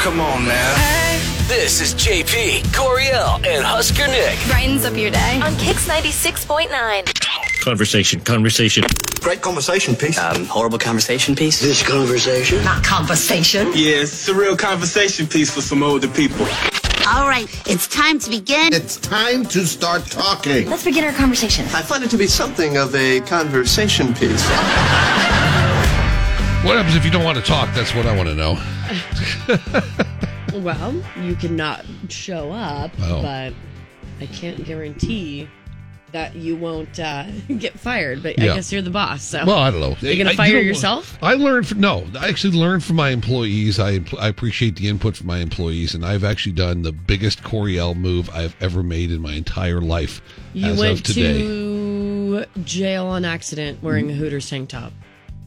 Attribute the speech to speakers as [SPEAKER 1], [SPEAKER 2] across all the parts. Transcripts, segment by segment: [SPEAKER 1] come on, man.
[SPEAKER 2] This is JP, Coriel, and Husker Nick.
[SPEAKER 3] Brightens up your day.
[SPEAKER 4] on Kix 96.9.
[SPEAKER 5] Conversation, conversation.
[SPEAKER 1] Great conversation piece.
[SPEAKER 6] Um, horrible conversation piece.
[SPEAKER 1] this conversation.
[SPEAKER 7] Not conversation.
[SPEAKER 8] Yeah, it's a real conversation piece for some older people.
[SPEAKER 7] All right, it's time to begin.
[SPEAKER 9] It's time to start talking.
[SPEAKER 4] Let's begin our conversation.
[SPEAKER 10] I find it to be something of a conversation piece.
[SPEAKER 11] What happens if you don't want to talk? That's what I want to know.
[SPEAKER 12] Well, you cannot show up,
[SPEAKER 11] Oh.
[SPEAKER 12] but I can't guarantee that you won't uh, get fired. But
[SPEAKER 11] Yeah.
[SPEAKER 12] I guess you're the boss, so
[SPEAKER 11] Well, I don't know.
[SPEAKER 12] You're gonna
[SPEAKER 11] I- I-
[SPEAKER 12] fire
[SPEAKER 11] know what?
[SPEAKER 12] yourself?
[SPEAKER 11] I learned from no. I actually learned from my employees. I I appreciate the input from my employees, and I've actually done the biggest Coriel move I've ever made in my entire life.
[SPEAKER 12] you
[SPEAKER 11] as of
[SPEAKER 12] went
[SPEAKER 11] today.
[SPEAKER 12] to jail on accident wearing a Hooters tank top.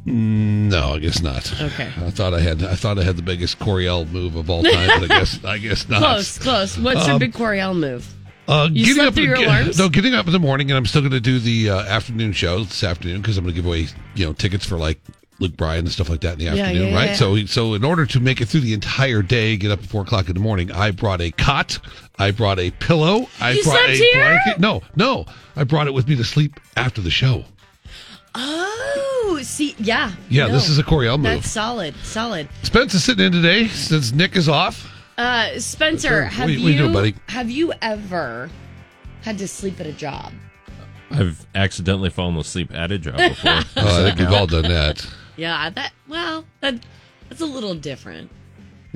[SPEAKER 11] Mm, No, I guess not.
[SPEAKER 12] Okay.
[SPEAKER 11] I thought I had I thought I had the biggest Coriel move of all time, but I guess I guess not.
[SPEAKER 12] Close, close. What's your
[SPEAKER 11] Ah. Um,
[SPEAKER 12] big Coriel move?
[SPEAKER 11] Uh,
[SPEAKER 12] You slept through your
[SPEAKER 11] ge-
[SPEAKER 12] alarms?
[SPEAKER 11] No, getting up in the morning, and I'm still going to do the uh, afternoon show this afternoon because I'm going to give away you know tickets for like Luke Bryan and stuff like that in the
[SPEAKER 12] Yeah,
[SPEAKER 11] afternoon,
[SPEAKER 12] yeah,
[SPEAKER 11] right?
[SPEAKER 12] yeah.
[SPEAKER 11] So, so in order to make it through the entire day, get up at four o'clock in the morning, I brought a cot, I brought a pillow, I
[SPEAKER 12] You
[SPEAKER 11] brought
[SPEAKER 12] slept
[SPEAKER 11] a
[SPEAKER 12] here?
[SPEAKER 11] blanket. No, no, I brought it with me to sleep after the show.
[SPEAKER 12] Oh, see, yeah,
[SPEAKER 11] Yeah, this is a Coriel move.
[SPEAKER 12] That's solid, solid.
[SPEAKER 11] Spence is sitting in today since Nick is off.
[SPEAKER 12] Uh, Spencer,
[SPEAKER 11] Sure.
[SPEAKER 12] have
[SPEAKER 11] What-
[SPEAKER 12] you
[SPEAKER 11] what you doing, buddy?
[SPEAKER 12] have you ever had to sleep at a job?
[SPEAKER 5] I've accidentally fallen asleep at a job before.
[SPEAKER 11] Uh, I think we've all done that.
[SPEAKER 12] Yeah, that well, that that's a little different.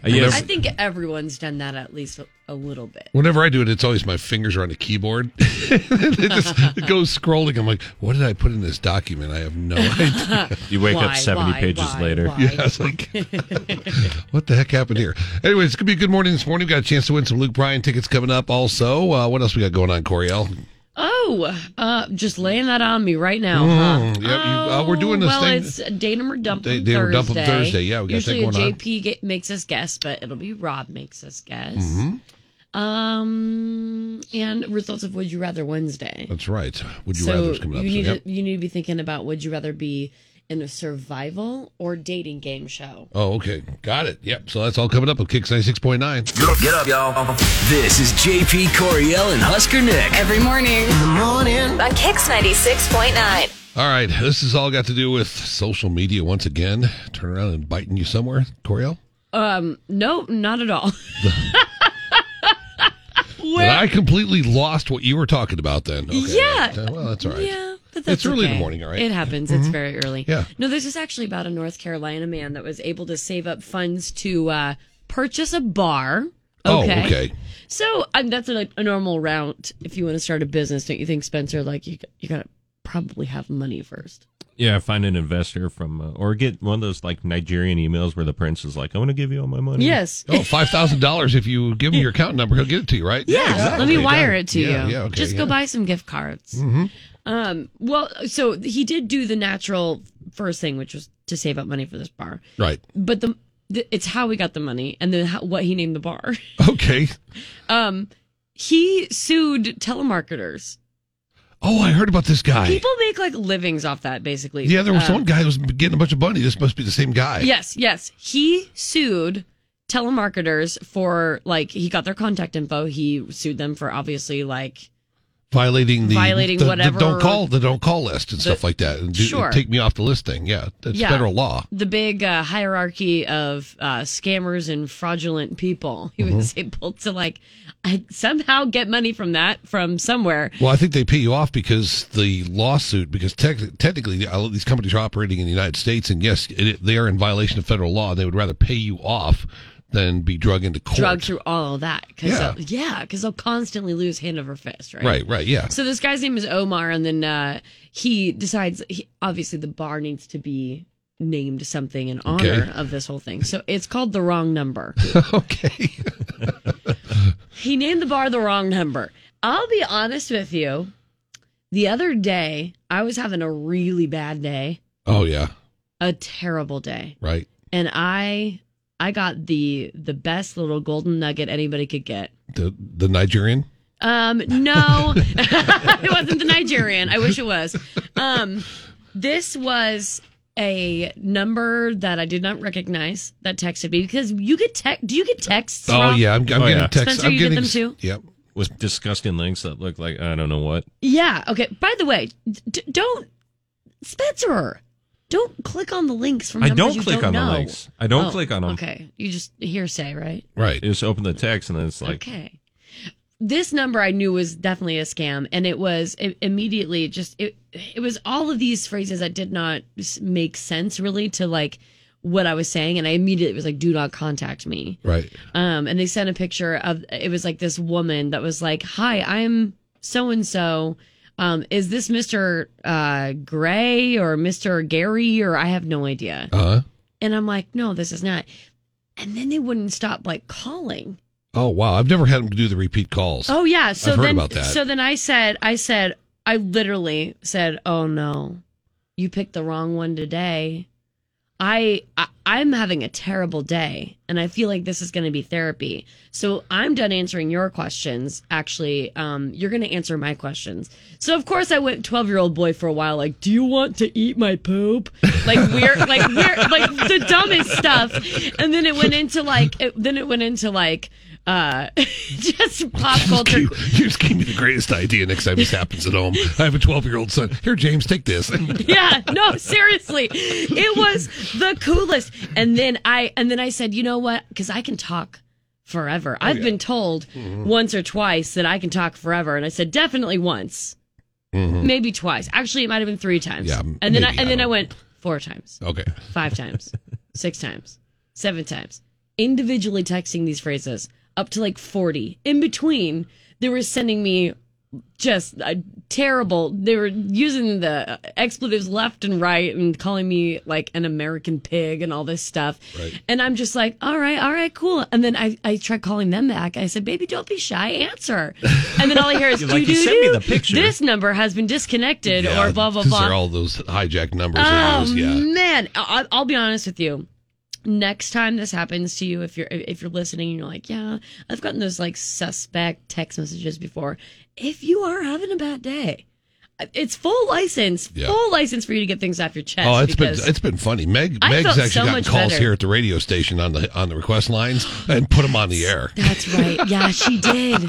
[SPEAKER 11] Uh,
[SPEAKER 5] yes,
[SPEAKER 12] I think everyone's done that at least a, a little bit.
[SPEAKER 11] Whenever I do it, it's always my fingers are on the keyboard. it just goes scrolling. I'm like, what did I put in this document? I have no idea.
[SPEAKER 5] you wake
[SPEAKER 12] Why,
[SPEAKER 5] up 70
[SPEAKER 12] why,
[SPEAKER 5] pages
[SPEAKER 12] why,
[SPEAKER 5] later.
[SPEAKER 12] why?
[SPEAKER 11] Yeah, I was like, what the heck happened here? Anyways, it's going to be a good morning this morning. we got a chance to win some Luke Bryan tickets coming up also. Uh, what else we got going on, Coriel?
[SPEAKER 12] Oh, uh, just laying that on me right now.
[SPEAKER 11] Mm,
[SPEAKER 12] huh? Oh,
[SPEAKER 11] yep, you- uh, we're doing this
[SPEAKER 12] well,
[SPEAKER 11] thing-
[SPEAKER 12] it's Datum or Dump 'em
[SPEAKER 11] Da- Date 'em or Dump 'em
[SPEAKER 12] Thursday.
[SPEAKER 11] Thursday. Yeah, we got that
[SPEAKER 12] Usually
[SPEAKER 11] going on.
[SPEAKER 12] a JP get, makes us guess, but it'll be Rob makes us guess.
[SPEAKER 11] Mm-hmm.
[SPEAKER 12] Um, and results of Would You Rather Wednesday.
[SPEAKER 11] That's right. Would you
[SPEAKER 12] so
[SPEAKER 11] rather coming up?
[SPEAKER 12] you
[SPEAKER 11] So,
[SPEAKER 12] need
[SPEAKER 11] yep.
[SPEAKER 12] to, you need to be thinking about Would you rather be in a survival or dating game show?
[SPEAKER 11] Oh, okay. Got it. Yep. So that's all coming up on Kicks 96.9.
[SPEAKER 2] Get up, y'all. This is JP, Coriel, and Husker Nick.
[SPEAKER 3] Every morning.
[SPEAKER 4] On Kix 96.9.
[SPEAKER 11] All right. This has all got to do with social media once again. Turn around and biting you somewhere, Coriel?
[SPEAKER 12] Um, no, not at all.
[SPEAKER 11] And I completely lost what you were talking about then. Okay,
[SPEAKER 12] Yeah.
[SPEAKER 11] that- well, that's all right.
[SPEAKER 12] Yeah, but that's
[SPEAKER 11] It's early in the
[SPEAKER 12] okay.
[SPEAKER 11] morning, all right?
[SPEAKER 12] It happens.
[SPEAKER 11] Mm-hmm.
[SPEAKER 12] It's very early.
[SPEAKER 11] Yeah.
[SPEAKER 12] No, this is actually about a North Carolina man that was able to save up funds to uh, purchase a bar.
[SPEAKER 11] Oh, okay.
[SPEAKER 12] So um, that's a, a normal route if you want to start a business, don't you think, Spencer? Like you, you gotta probably have money first.
[SPEAKER 5] Yeah, find an investor from, uh, or get one of those like Nigerian emails where the prince is like, I want to give you all my money.
[SPEAKER 12] Yes.
[SPEAKER 11] Oh, five thousand dollars if you give him your account number, he'll get it to you, right?
[SPEAKER 12] Yeah, let me
[SPEAKER 11] exactly.
[SPEAKER 12] wire it to
[SPEAKER 11] yeah,
[SPEAKER 12] you.
[SPEAKER 11] Yeah, okay,
[SPEAKER 12] Just
[SPEAKER 11] yeah. Mm-hmm.
[SPEAKER 12] go buy some gift cards. Um, well, so he did do the natural first thing, which was to save up money for this bar.
[SPEAKER 11] Right.
[SPEAKER 12] But the, the it's how he got the money, and then how, what he named the bar.
[SPEAKER 11] Okay.
[SPEAKER 12] Um, he sued telemarketers.
[SPEAKER 11] Oh, I heard about this guy.
[SPEAKER 12] People make like livings off that, basically.
[SPEAKER 11] yeah, there was
[SPEAKER 12] Um,
[SPEAKER 11] one guy who was getting a bunch of money. This must be the same guy.
[SPEAKER 12] Yes, yes. He sued telemarketers for like he got their contact info. He sued them for obviously like
[SPEAKER 11] Violating the
[SPEAKER 12] Violating
[SPEAKER 11] the, the
[SPEAKER 12] whatever-
[SPEAKER 11] don't call the don't call list and stuff like that. And do,
[SPEAKER 12] Sure.
[SPEAKER 11] Take me off the list thing. Yeah, that's
[SPEAKER 12] Yeah.
[SPEAKER 11] federal law.
[SPEAKER 12] the big uh, hierarchy of uh, scammers and fraudulent people. He was
[SPEAKER 11] Mm-hmm.
[SPEAKER 12] able to like I- somehow get money from that from somewhere.
[SPEAKER 11] Well, I think they pay you off because the lawsuit, because tech technically all of these companies are operating in the United States, and yes, it, they are in violation of federal law. They would rather pay you off than be drug into court.
[SPEAKER 12] Drug through all of that because
[SPEAKER 11] Yeah.
[SPEAKER 12] yeah, because they'll constantly lose hand over fist, right?
[SPEAKER 11] Right, right, yeah.
[SPEAKER 12] So this guy's name is Omar, and then uh, he decides. He, obviously, the bar needs to be named something in honor
[SPEAKER 11] Okay.
[SPEAKER 12] of this whole thing. So it's called the wrong number.
[SPEAKER 11] okay.
[SPEAKER 12] he named the bar the wrong number. I'll be honest with you. The other day, I was having a really bad day,
[SPEAKER 11] Oh yeah,
[SPEAKER 12] a terrible day,
[SPEAKER 11] right.
[SPEAKER 12] and I I got the the best little golden nugget anybody could get.
[SPEAKER 11] The the Nigerian.
[SPEAKER 12] Um, no, it wasn't the Nigerian. I wish it was. Um, this was a number that I did not recognize that texted me because you get text. Do you get texts?
[SPEAKER 11] Oh
[SPEAKER 12] Rob?
[SPEAKER 11] yeah, I'm, I'm
[SPEAKER 5] Oh,
[SPEAKER 11] getting
[SPEAKER 5] yeah.
[SPEAKER 11] texts.
[SPEAKER 12] Spencer,
[SPEAKER 11] I'm
[SPEAKER 12] you get
[SPEAKER 11] getting
[SPEAKER 12] them too?
[SPEAKER 11] Yep.
[SPEAKER 5] with disgusting links that look like I don't know what.
[SPEAKER 12] Yeah. Okay. By the way, d- don't Spencer. Don't click on the links from.
[SPEAKER 5] I
[SPEAKER 12] numbers
[SPEAKER 5] don't
[SPEAKER 12] you
[SPEAKER 5] click
[SPEAKER 12] don't
[SPEAKER 5] on the
[SPEAKER 12] know. Oh,
[SPEAKER 5] links. I don't click on 'em.
[SPEAKER 12] Okay. You just hearsay, right?
[SPEAKER 11] Right.
[SPEAKER 5] You just open the text and then it's like
[SPEAKER 12] okay. This number I knew was definitely a scam, and it was it, immediately just it. It was all of these phrases that did not s- make sense really to like what I was saying, and I immediately was like, "Do not contact me."
[SPEAKER 11] Right.
[SPEAKER 12] Um, and they sent a picture of it was like this woman that was like, "Hi, I'm so and so. Um, is this Mister uh, Gray or Mister Gary or I have no idea."
[SPEAKER 11] Uh huh.
[SPEAKER 12] And I'm like, "No, this is not." And then they wouldn't stop like calling.
[SPEAKER 11] Oh wow, I've never had them do the repeat calls.
[SPEAKER 12] Oh yeah. So
[SPEAKER 11] I've heard
[SPEAKER 12] then,
[SPEAKER 11] about that.
[SPEAKER 12] so then I said, I said, I literally said, "Oh no, you picked the wrong one today." I, I I'm having a terrible day, and I feel like this is going to be therapy. So I'm done answering your questions. Actually, um, you're going to answer my questions. So of course I went 12 year old boy for a while. Like, do you want to eat my poop? Like we're like we're like the dumbest stuff. And then it went into like it, then it went into like uh just pop culture.
[SPEAKER 11] You, you just gave me the greatest idea next time this happens at home. I have a 12 year old son. Here, James, take this.
[SPEAKER 12] yeah no seriously it was the coolest and then i and then i said you know what because i can talk forever i've been told once or twice that i can talk forever and i said definitely once
[SPEAKER 4] Mm.
[SPEAKER 5] Mm-hmm.
[SPEAKER 12] maybe twice actually it might have been three times
[SPEAKER 11] Yeah,
[SPEAKER 12] and then i
[SPEAKER 11] maybe,
[SPEAKER 12] and
[SPEAKER 11] I
[SPEAKER 12] then i
[SPEAKER 11] don't-
[SPEAKER 12] went four times
[SPEAKER 11] Okay.
[SPEAKER 12] five times six times seven times individually texting these phrases up to like 40 in between they were sending me just uh, terrible. They were using the expletives left and right and calling me like an American pig and all this stuff.
[SPEAKER 11] Right.
[SPEAKER 12] And I'm just like, all right, all right, cool. And then I, I tried calling them back. I said, baby, don't be shy, answer. And then all I hear is,
[SPEAKER 5] You're like,
[SPEAKER 12] doo,
[SPEAKER 5] "You
[SPEAKER 12] doo,
[SPEAKER 5] sent me
[SPEAKER 12] doo.
[SPEAKER 5] the picture."
[SPEAKER 12] This number has been disconnected or blah, blah,
[SPEAKER 11] 'cause
[SPEAKER 12] blah.
[SPEAKER 11] They're all those hijacked numbers.
[SPEAKER 12] Oh
[SPEAKER 11] and those, yeah.
[SPEAKER 12] man, I- I'll be honest with you. Next time this happens to you, if you're if you're listening and you're like, yeah, I've gotten those like suspect text messages before. If you are having a bad day, it's full license,
[SPEAKER 11] Yeah.
[SPEAKER 12] full license for you to get things off your chest.
[SPEAKER 11] Oh, it's been
[SPEAKER 12] because-
[SPEAKER 11] it's been funny. Meg
[SPEAKER 12] I
[SPEAKER 11] Meg's
[SPEAKER 12] felt
[SPEAKER 11] actually
[SPEAKER 12] so
[SPEAKER 11] gotten
[SPEAKER 12] much
[SPEAKER 11] calls
[SPEAKER 12] better.
[SPEAKER 11] here at the radio station on the on the request lines and put them on the air.
[SPEAKER 12] That's right. Yeah, she did.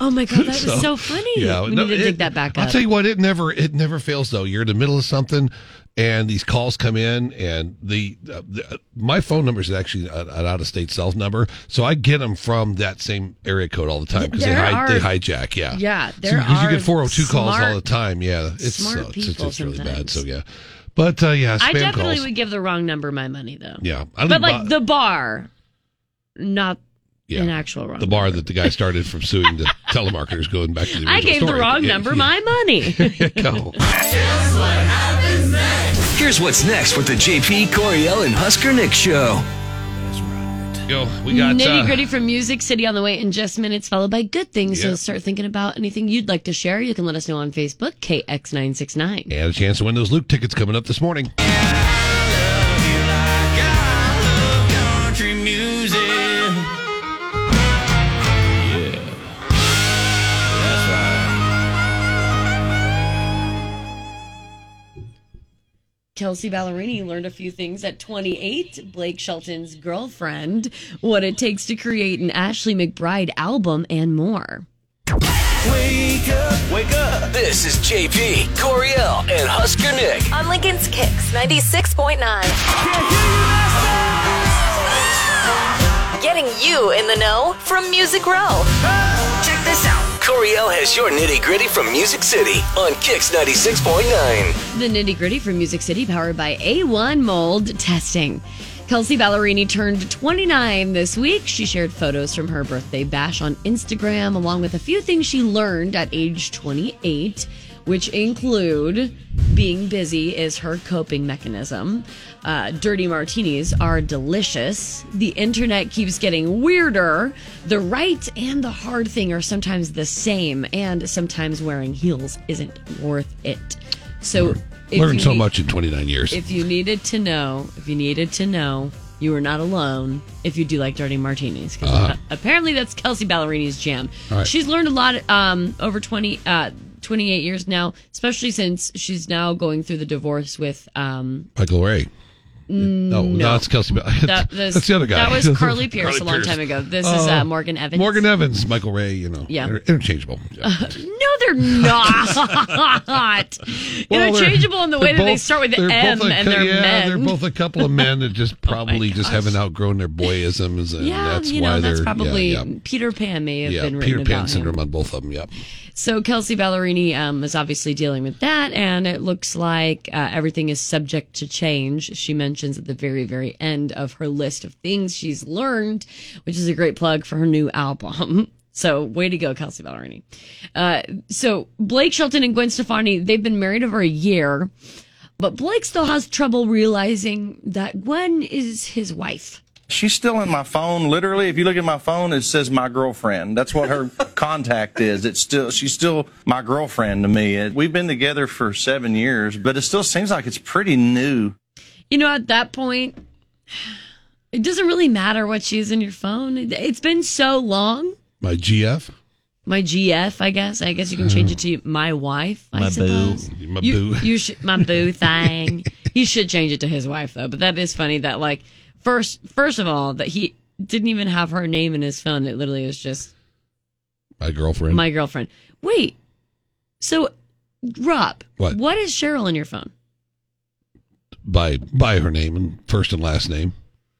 [SPEAKER 12] Oh my god, that was so,
[SPEAKER 11] So,
[SPEAKER 12] funny.
[SPEAKER 11] Yeah,
[SPEAKER 12] we
[SPEAKER 11] no,
[SPEAKER 12] need to
[SPEAKER 11] it-
[SPEAKER 12] dig that back up.
[SPEAKER 11] I'll tell you what, it never it never fails though. You're in the middle of something, and these calls come in, and the, uh, the uh, my phone number is actually an out of state cell number, so I get them from that same area code all the time because they,
[SPEAKER 12] There
[SPEAKER 11] hi- they
[SPEAKER 12] are-
[SPEAKER 11] hijack. Yeah,
[SPEAKER 12] yeah,
[SPEAKER 11] So-
[SPEAKER 12] there
[SPEAKER 11] you
[SPEAKER 12] are
[SPEAKER 11] get 402 calls all the
[SPEAKER 12] smart-
[SPEAKER 11] time. Yeah, it's
[SPEAKER 12] smart
[SPEAKER 11] sucks. It's,
[SPEAKER 12] people
[SPEAKER 11] it's really bad.
[SPEAKER 12] sometimes.
[SPEAKER 11] So yeah, but uh, yeah, spam
[SPEAKER 12] I definitely
[SPEAKER 11] calls.
[SPEAKER 12] would give the wrong number my money though.
[SPEAKER 11] yeah, I don't
[SPEAKER 12] but
[SPEAKER 11] even
[SPEAKER 12] like
[SPEAKER 11] bo-
[SPEAKER 12] the bar, not
[SPEAKER 11] yeah.
[SPEAKER 12] an actual wrong.
[SPEAKER 11] the bar that the guy started from suing the telemarketers going back to the
[SPEAKER 12] I
[SPEAKER 11] original
[SPEAKER 12] gave the
[SPEAKER 11] story.
[SPEAKER 12] wrong
[SPEAKER 11] Yeah,
[SPEAKER 12] number
[SPEAKER 11] yeah.
[SPEAKER 12] my money.
[SPEAKER 11] Go.
[SPEAKER 2] Here's what's next with the JP Coriel and Husker Nick show.
[SPEAKER 11] Go. We got
[SPEAKER 12] Nitty
[SPEAKER 11] uh,
[SPEAKER 12] gritty from Music City on the way in just minutes, followed by good things.
[SPEAKER 11] Yeah.
[SPEAKER 12] So start thinking about anything you'd like to share. You can let us know on Facebook, KX969.
[SPEAKER 11] And a chance to win those Luke tickets coming up this morning.
[SPEAKER 12] Kelsey Ballerini learned a few things at 28, Blake Shelton's girlfriend, what it takes to create an Ashley McBride album, and more.
[SPEAKER 2] This is JP Coriel and Husker Nick.
[SPEAKER 4] On Lincoln's Kicks 96.9. Getting you in the know from Music Row.
[SPEAKER 2] Check this out. Coriel has your nitty gritty from Music City on Kix 96.9.
[SPEAKER 12] The nitty gritty from Music City, powered by A1 Mold Testing. Kelsey Ballerini turned 29 this week. She shared photos from her birthday bash on Instagram, along with a few things she learned at age 28, which include being busy is her coping mechanism. Uh, dirty martinis are delicious. The internet keeps getting weirder. The right and the hard thing are sometimes the same, and sometimes wearing heels isn't worth it. So if
[SPEAKER 11] Learned
[SPEAKER 12] you
[SPEAKER 11] so
[SPEAKER 12] need-
[SPEAKER 11] much in 29 years.
[SPEAKER 12] If you needed to know, if you needed to know, you were not alone. If you do like dirty martinis, 'cause apparently that's Kelsey Ballerini's jam.
[SPEAKER 11] Uh-huh. All right.
[SPEAKER 12] She's learned a lot um, over twenty uh, 28 years now, especially since she's now going through the divorce with um
[SPEAKER 11] Michael Ray. No, no, that's Kelsey. Bell.
[SPEAKER 12] Mm, that this,
[SPEAKER 11] that's the other guy.
[SPEAKER 12] That was Carly Pierce
[SPEAKER 11] Carly
[SPEAKER 12] a long
[SPEAKER 11] Pierce.
[SPEAKER 12] time ago. This is
[SPEAKER 11] Uh,
[SPEAKER 12] uh, Morgan Evans.
[SPEAKER 11] Morgan Evans, Michael Ray. You know,
[SPEAKER 12] Yeah.
[SPEAKER 11] inter- interchangeable.
[SPEAKER 12] No, they're not.
[SPEAKER 11] Well, they're-
[SPEAKER 12] Interchangeable in the way
[SPEAKER 11] they're
[SPEAKER 12] that they
[SPEAKER 11] both-
[SPEAKER 12] start with
[SPEAKER 11] they're
[SPEAKER 12] M
[SPEAKER 11] both a
[SPEAKER 12] and
[SPEAKER 11] cou-
[SPEAKER 12] they're
[SPEAKER 11] yeah,
[SPEAKER 12] men. Oh
[SPEAKER 11] They're both a couple of men that just probably just
[SPEAKER 12] gosh.
[SPEAKER 11] haven't outgrown their boyisms, and
[SPEAKER 12] yeah,
[SPEAKER 11] that's
[SPEAKER 12] you
[SPEAKER 11] why
[SPEAKER 12] know, that's
[SPEAKER 11] they're
[SPEAKER 12] probably
[SPEAKER 11] yeah, yeah.
[SPEAKER 12] Peter Pan may have
[SPEAKER 11] Yeah,
[SPEAKER 12] been written
[SPEAKER 11] Peter Pan
[SPEAKER 12] about
[SPEAKER 11] syndrome
[SPEAKER 12] him.
[SPEAKER 11] on both of them. Yep.
[SPEAKER 12] So Kelsey Ballerini um, is obviously dealing with that, and it looks like uh, everything is subject to change. She mentions at the very, very end of her list of things she's learned, which is a great plug for her new album. So way to go, Kelsey Ballerini. Uh, so Blake Shelton and Gwen Stefani, they've been married over a year, but Blake still has trouble realizing that Gwen is his wife.
[SPEAKER 3] She's still in my phone. Literally, if you look at my phone, it says my girlfriend. That's what her contact is. It's still she's still my girlfriend to me. And We've been together for seven years, but it still seems like it's pretty new.
[SPEAKER 12] You know, at that point, it doesn't really matter what she is in your phone. It- It's been so long.
[SPEAKER 11] My GF,
[SPEAKER 12] my GF, I guess. I guess you can change it to my wife. I
[SPEAKER 11] My boo.
[SPEAKER 12] suppose.
[SPEAKER 11] My
[SPEAKER 12] you,
[SPEAKER 11] boo.
[SPEAKER 12] You should my boo thing. you should change it to his wife though. But that is funny that like first first of all that he didn't even have her name in his phone. It literally was just
[SPEAKER 11] my girlfriend.
[SPEAKER 12] my girlfriend. Wait, so Rob,
[SPEAKER 11] What?
[SPEAKER 12] What is Cheryl in your phone?
[SPEAKER 11] by by her name and first and last name.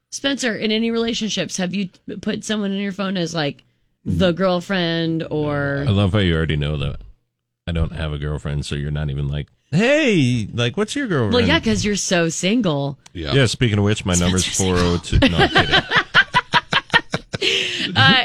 [SPEAKER 12] Spencer, in any relationships, have you put someone in your phone as like the girlfriend or
[SPEAKER 5] I love how you already know that I don't have a girlfriend, so you're not even like, hey, like, what's your girlfriend?
[SPEAKER 12] well, yeah, because you're so single.
[SPEAKER 11] Yeah.
[SPEAKER 5] Yeah, speaking of which, my number's 402. No, I'm kidding.
[SPEAKER 12] uh,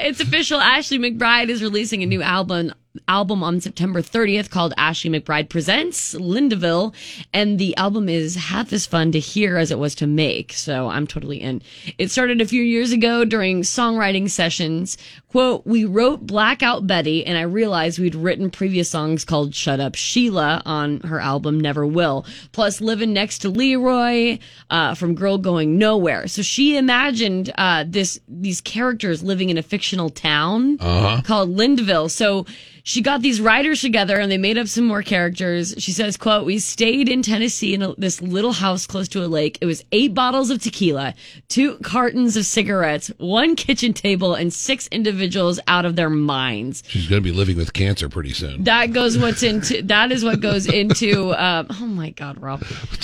[SPEAKER 12] it's official. Ashley McBride is releasing a new album album on September 30th called Ashley McBride Presents Lindaville, and the album is half as fun to hear as it was to make. So I'm totally in. It started a few years ago during songwriting sessions. Quote, we wrote Blackout Betty, and I realized we'd written previous songs called Shut Up Sheila on her album Never Will, plus Living Next to Leroy uh, from Girl Going Nowhere. So she imagined uh, this these characters living in a fictional town
[SPEAKER 11] Uh-huh.
[SPEAKER 12] called uh, Lindville. So she got these writers together and they made up some more characters. She says, quote, we stayed in Tennessee in a, this little house close to a lake. It was eight bottles of tequila, two cartons of cigarettes, one kitchen table and six individuals out of their minds.
[SPEAKER 11] She's going to be living with cancer pretty soon.
[SPEAKER 12] That goes what's into, that is what goes into, um, oh my God, Rob.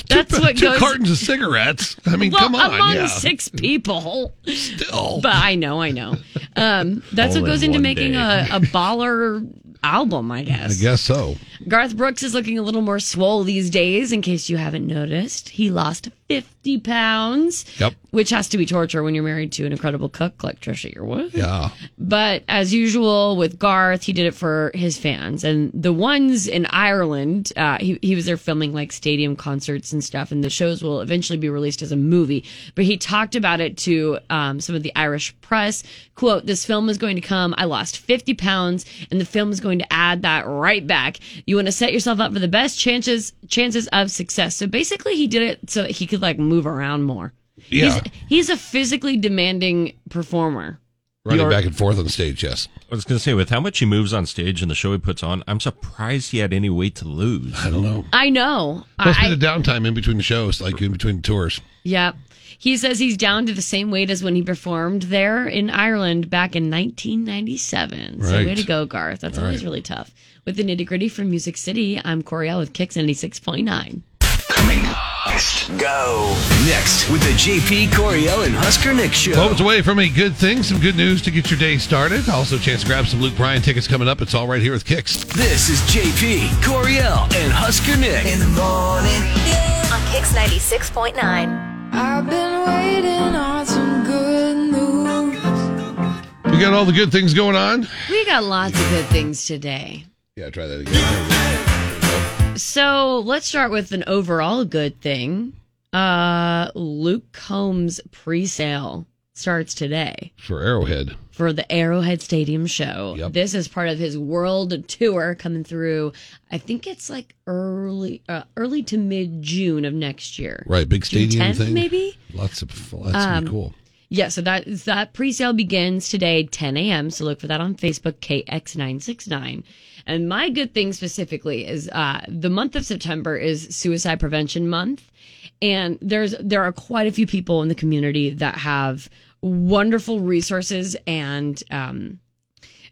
[SPEAKER 12] That's what
[SPEAKER 11] Two
[SPEAKER 12] goes.
[SPEAKER 11] cartons of cigarettes. I mean,
[SPEAKER 12] well,
[SPEAKER 11] come on.
[SPEAKER 12] among
[SPEAKER 11] yeah.
[SPEAKER 12] six people.
[SPEAKER 11] Still.
[SPEAKER 12] But I know, I know. Um, that's
[SPEAKER 5] All
[SPEAKER 12] what
[SPEAKER 5] in
[SPEAKER 12] goes into
[SPEAKER 5] one
[SPEAKER 12] making
[SPEAKER 5] day.
[SPEAKER 12] a, a baller album, I
[SPEAKER 11] I
[SPEAKER 12] guess.
[SPEAKER 11] guess so.
[SPEAKER 12] Garth Brooks is looking a little more swole these days, in case you haven't noticed. He lost 50 pounds,
[SPEAKER 11] Yep.
[SPEAKER 12] which has to be torture when you're married to an incredible cook like Trisha Yearwood.
[SPEAKER 11] Yeah.
[SPEAKER 12] But as usual with Garth, he did it for his fans. And the ones in Ireland, uh, he, he was there filming like stadium concerts and stuff, and the shows will eventually be released as a movie. But he talked about it to um, some of the Irish press. Quote, this film is going to come. I lost 50 pounds, and the film is going to add that right back. You want to set yourself up for the best chances chances of success. So basically he did it so that he could like move around more.
[SPEAKER 11] Yeah.
[SPEAKER 12] He's, he's a physically demanding performer.
[SPEAKER 11] Running
[SPEAKER 5] You're-
[SPEAKER 11] back and forth on stage, yes.
[SPEAKER 5] I was going to say, with how much he moves on stage and the show he puts on, I'm surprised he had any weight to lose.
[SPEAKER 11] I don't know.
[SPEAKER 12] I know.
[SPEAKER 11] Must
[SPEAKER 12] I,
[SPEAKER 11] be the downtime in between the shows, like in between tours.
[SPEAKER 12] yeah. He says he's down to the same weight as when he performed there in Ireland back in 1997. So way
[SPEAKER 11] Right.
[SPEAKER 12] to go, Garth. That's always
[SPEAKER 11] right.
[SPEAKER 12] really tough. With the nitty gritty from Music City, I'm Coriel with Kicks 96.9.
[SPEAKER 2] Go. Next with the JP Coriel and Husker Nick show.
[SPEAKER 11] Moments away from a good thing, some good news to get your day started. Also, chance to grab some Luke Bryan tickets coming up. It's all right here with Kicks.
[SPEAKER 2] This is JP Coriel and Husker Nick. In the morning.
[SPEAKER 4] on Kix 96.9.
[SPEAKER 13] I've been waiting on some good news.
[SPEAKER 11] We got all the good things going on.
[SPEAKER 12] We got lots of good things today.
[SPEAKER 11] Yeah, try that again.
[SPEAKER 12] So let's start with an overall good thing. Uh, Luke Combs pre sale starts today.
[SPEAKER 11] For Arrowhead.
[SPEAKER 12] for the Arrowhead Stadium show.
[SPEAKER 11] Yep.
[SPEAKER 12] This is part of his world tour coming through. I think it's like early, uh, early to mid June of next year.
[SPEAKER 11] Right, big
[SPEAKER 12] June
[SPEAKER 11] stadium
[SPEAKER 12] 10th,
[SPEAKER 11] thing.
[SPEAKER 12] maybe.
[SPEAKER 11] Lots of, that's
[SPEAKER 12] Um,
[SPEAKER 11] cool.
[SPEAKER 12] Yeah, so that that pre-sale begins today, 10 a.m. So look for that on Facebook, KX969. And my good thing specifically is uh, the month of September is Suicide Prevention Month, and there's there are quite a few people in the community that have wonderful resources and um,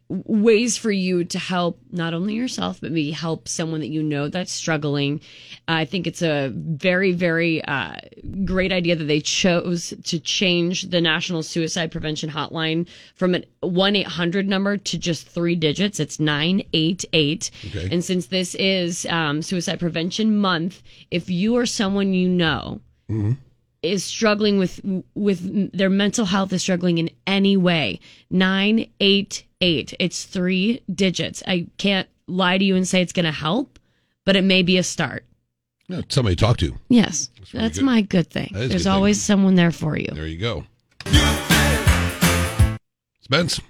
[SPEAKER 12] ways for you to help not only yourself but maybe help someone that you know that's struggling i think it's a very very uh, great idea that they chose to change the national suicide prevention hotline from a 1-800 number to just three digits it's 988
[SPEAKER 14] Okay.
[SPEAKER 12] and since this is um, suicide prevention month if you or someone you know
[SPEAKER 5] Mm-hmm.
[SPEAKER 12] is struggling with with their mental health is struggling in any way 988 it's three digits i can't lie to you and say it's going to help but it may be a start
[SPEAKER 11] Yeah, somebody to talk to.
[SPEAKER 12] yes that's,
[SPEAKER 11] really good.
[SPEAKER 12] my good thing
[SPEAKER 11] That is a
[SPEAKER 12] there's
[SPEAKER 11] good thing.
[SPEAKER 12] always someone there for you
[SPEAKER 11] There you go. Spence.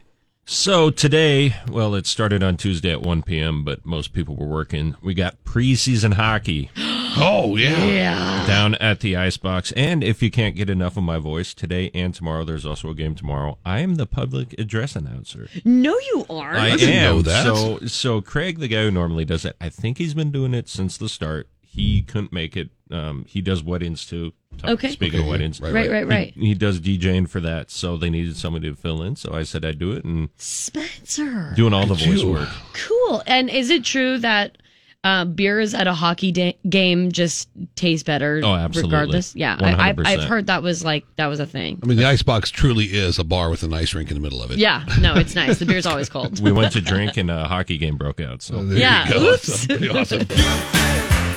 [SPEAKER 5] So today, well, it started on Tuesday at 1 p.m., but most people were working. We got preseason hockey.
[SPEAKER 11] oh, yeah. Yeah.
[SPEAKER 5] Down at the Icebox. And if you can't get enough of my voice today and tomorrow, there's also a game tomorrow. I am the public address announcer.
[SPEAKER 12] no you aren't
[SPEAKER 5] I, am. So, so Craig, the guy who normally does it, I think he's been doing it since the start. He couldn't make it. Um, he does weddings too. Talk-
[SPEAKER 12] Okay.
[SPEAKER 5] Speaking
[SPEAKER 12] Okay,
[SPEAKER 5] of weddings,
[SPEAKER 12] right, Right, right. right, right.
[SPEAKER 5] He, he does DJing for that, so they needed somebody to fill in. So I said I'd do it, and
[SPEAKER 12] spencer
[SPEAKER 5] doing all the
[SPEAKER 11] Look at
[SPEAKER 5] voice
[SPEAKER 11] you.
[SPEAKER 5] work.
[SPEAKER 12] cool and is it true that uh, beers at a hockey da- game just taste better
[SPEAKER 11] Oh, absolutely.
[SPEAKER 12] regardless yeah I, I've,
[SPEAKER 11] 100%.
[SPEAKER 12] I've heard that was like that was a thing
[SPEAKER 11] I mean, the icebox truly is a bar with an ice rink in the middle of it.
[SPEAKER 12] yeah no it's nice the beer's always cold
[SPEAKER 5] We went to drink, and a hockey game broke out. So
[SPEAKER 11] There
[SPEAKER 12] Yeah,
[SPEAKER 11] You go.
[SPEAKER 12] oops.
[SPEAKER 11] That's pretty awesome.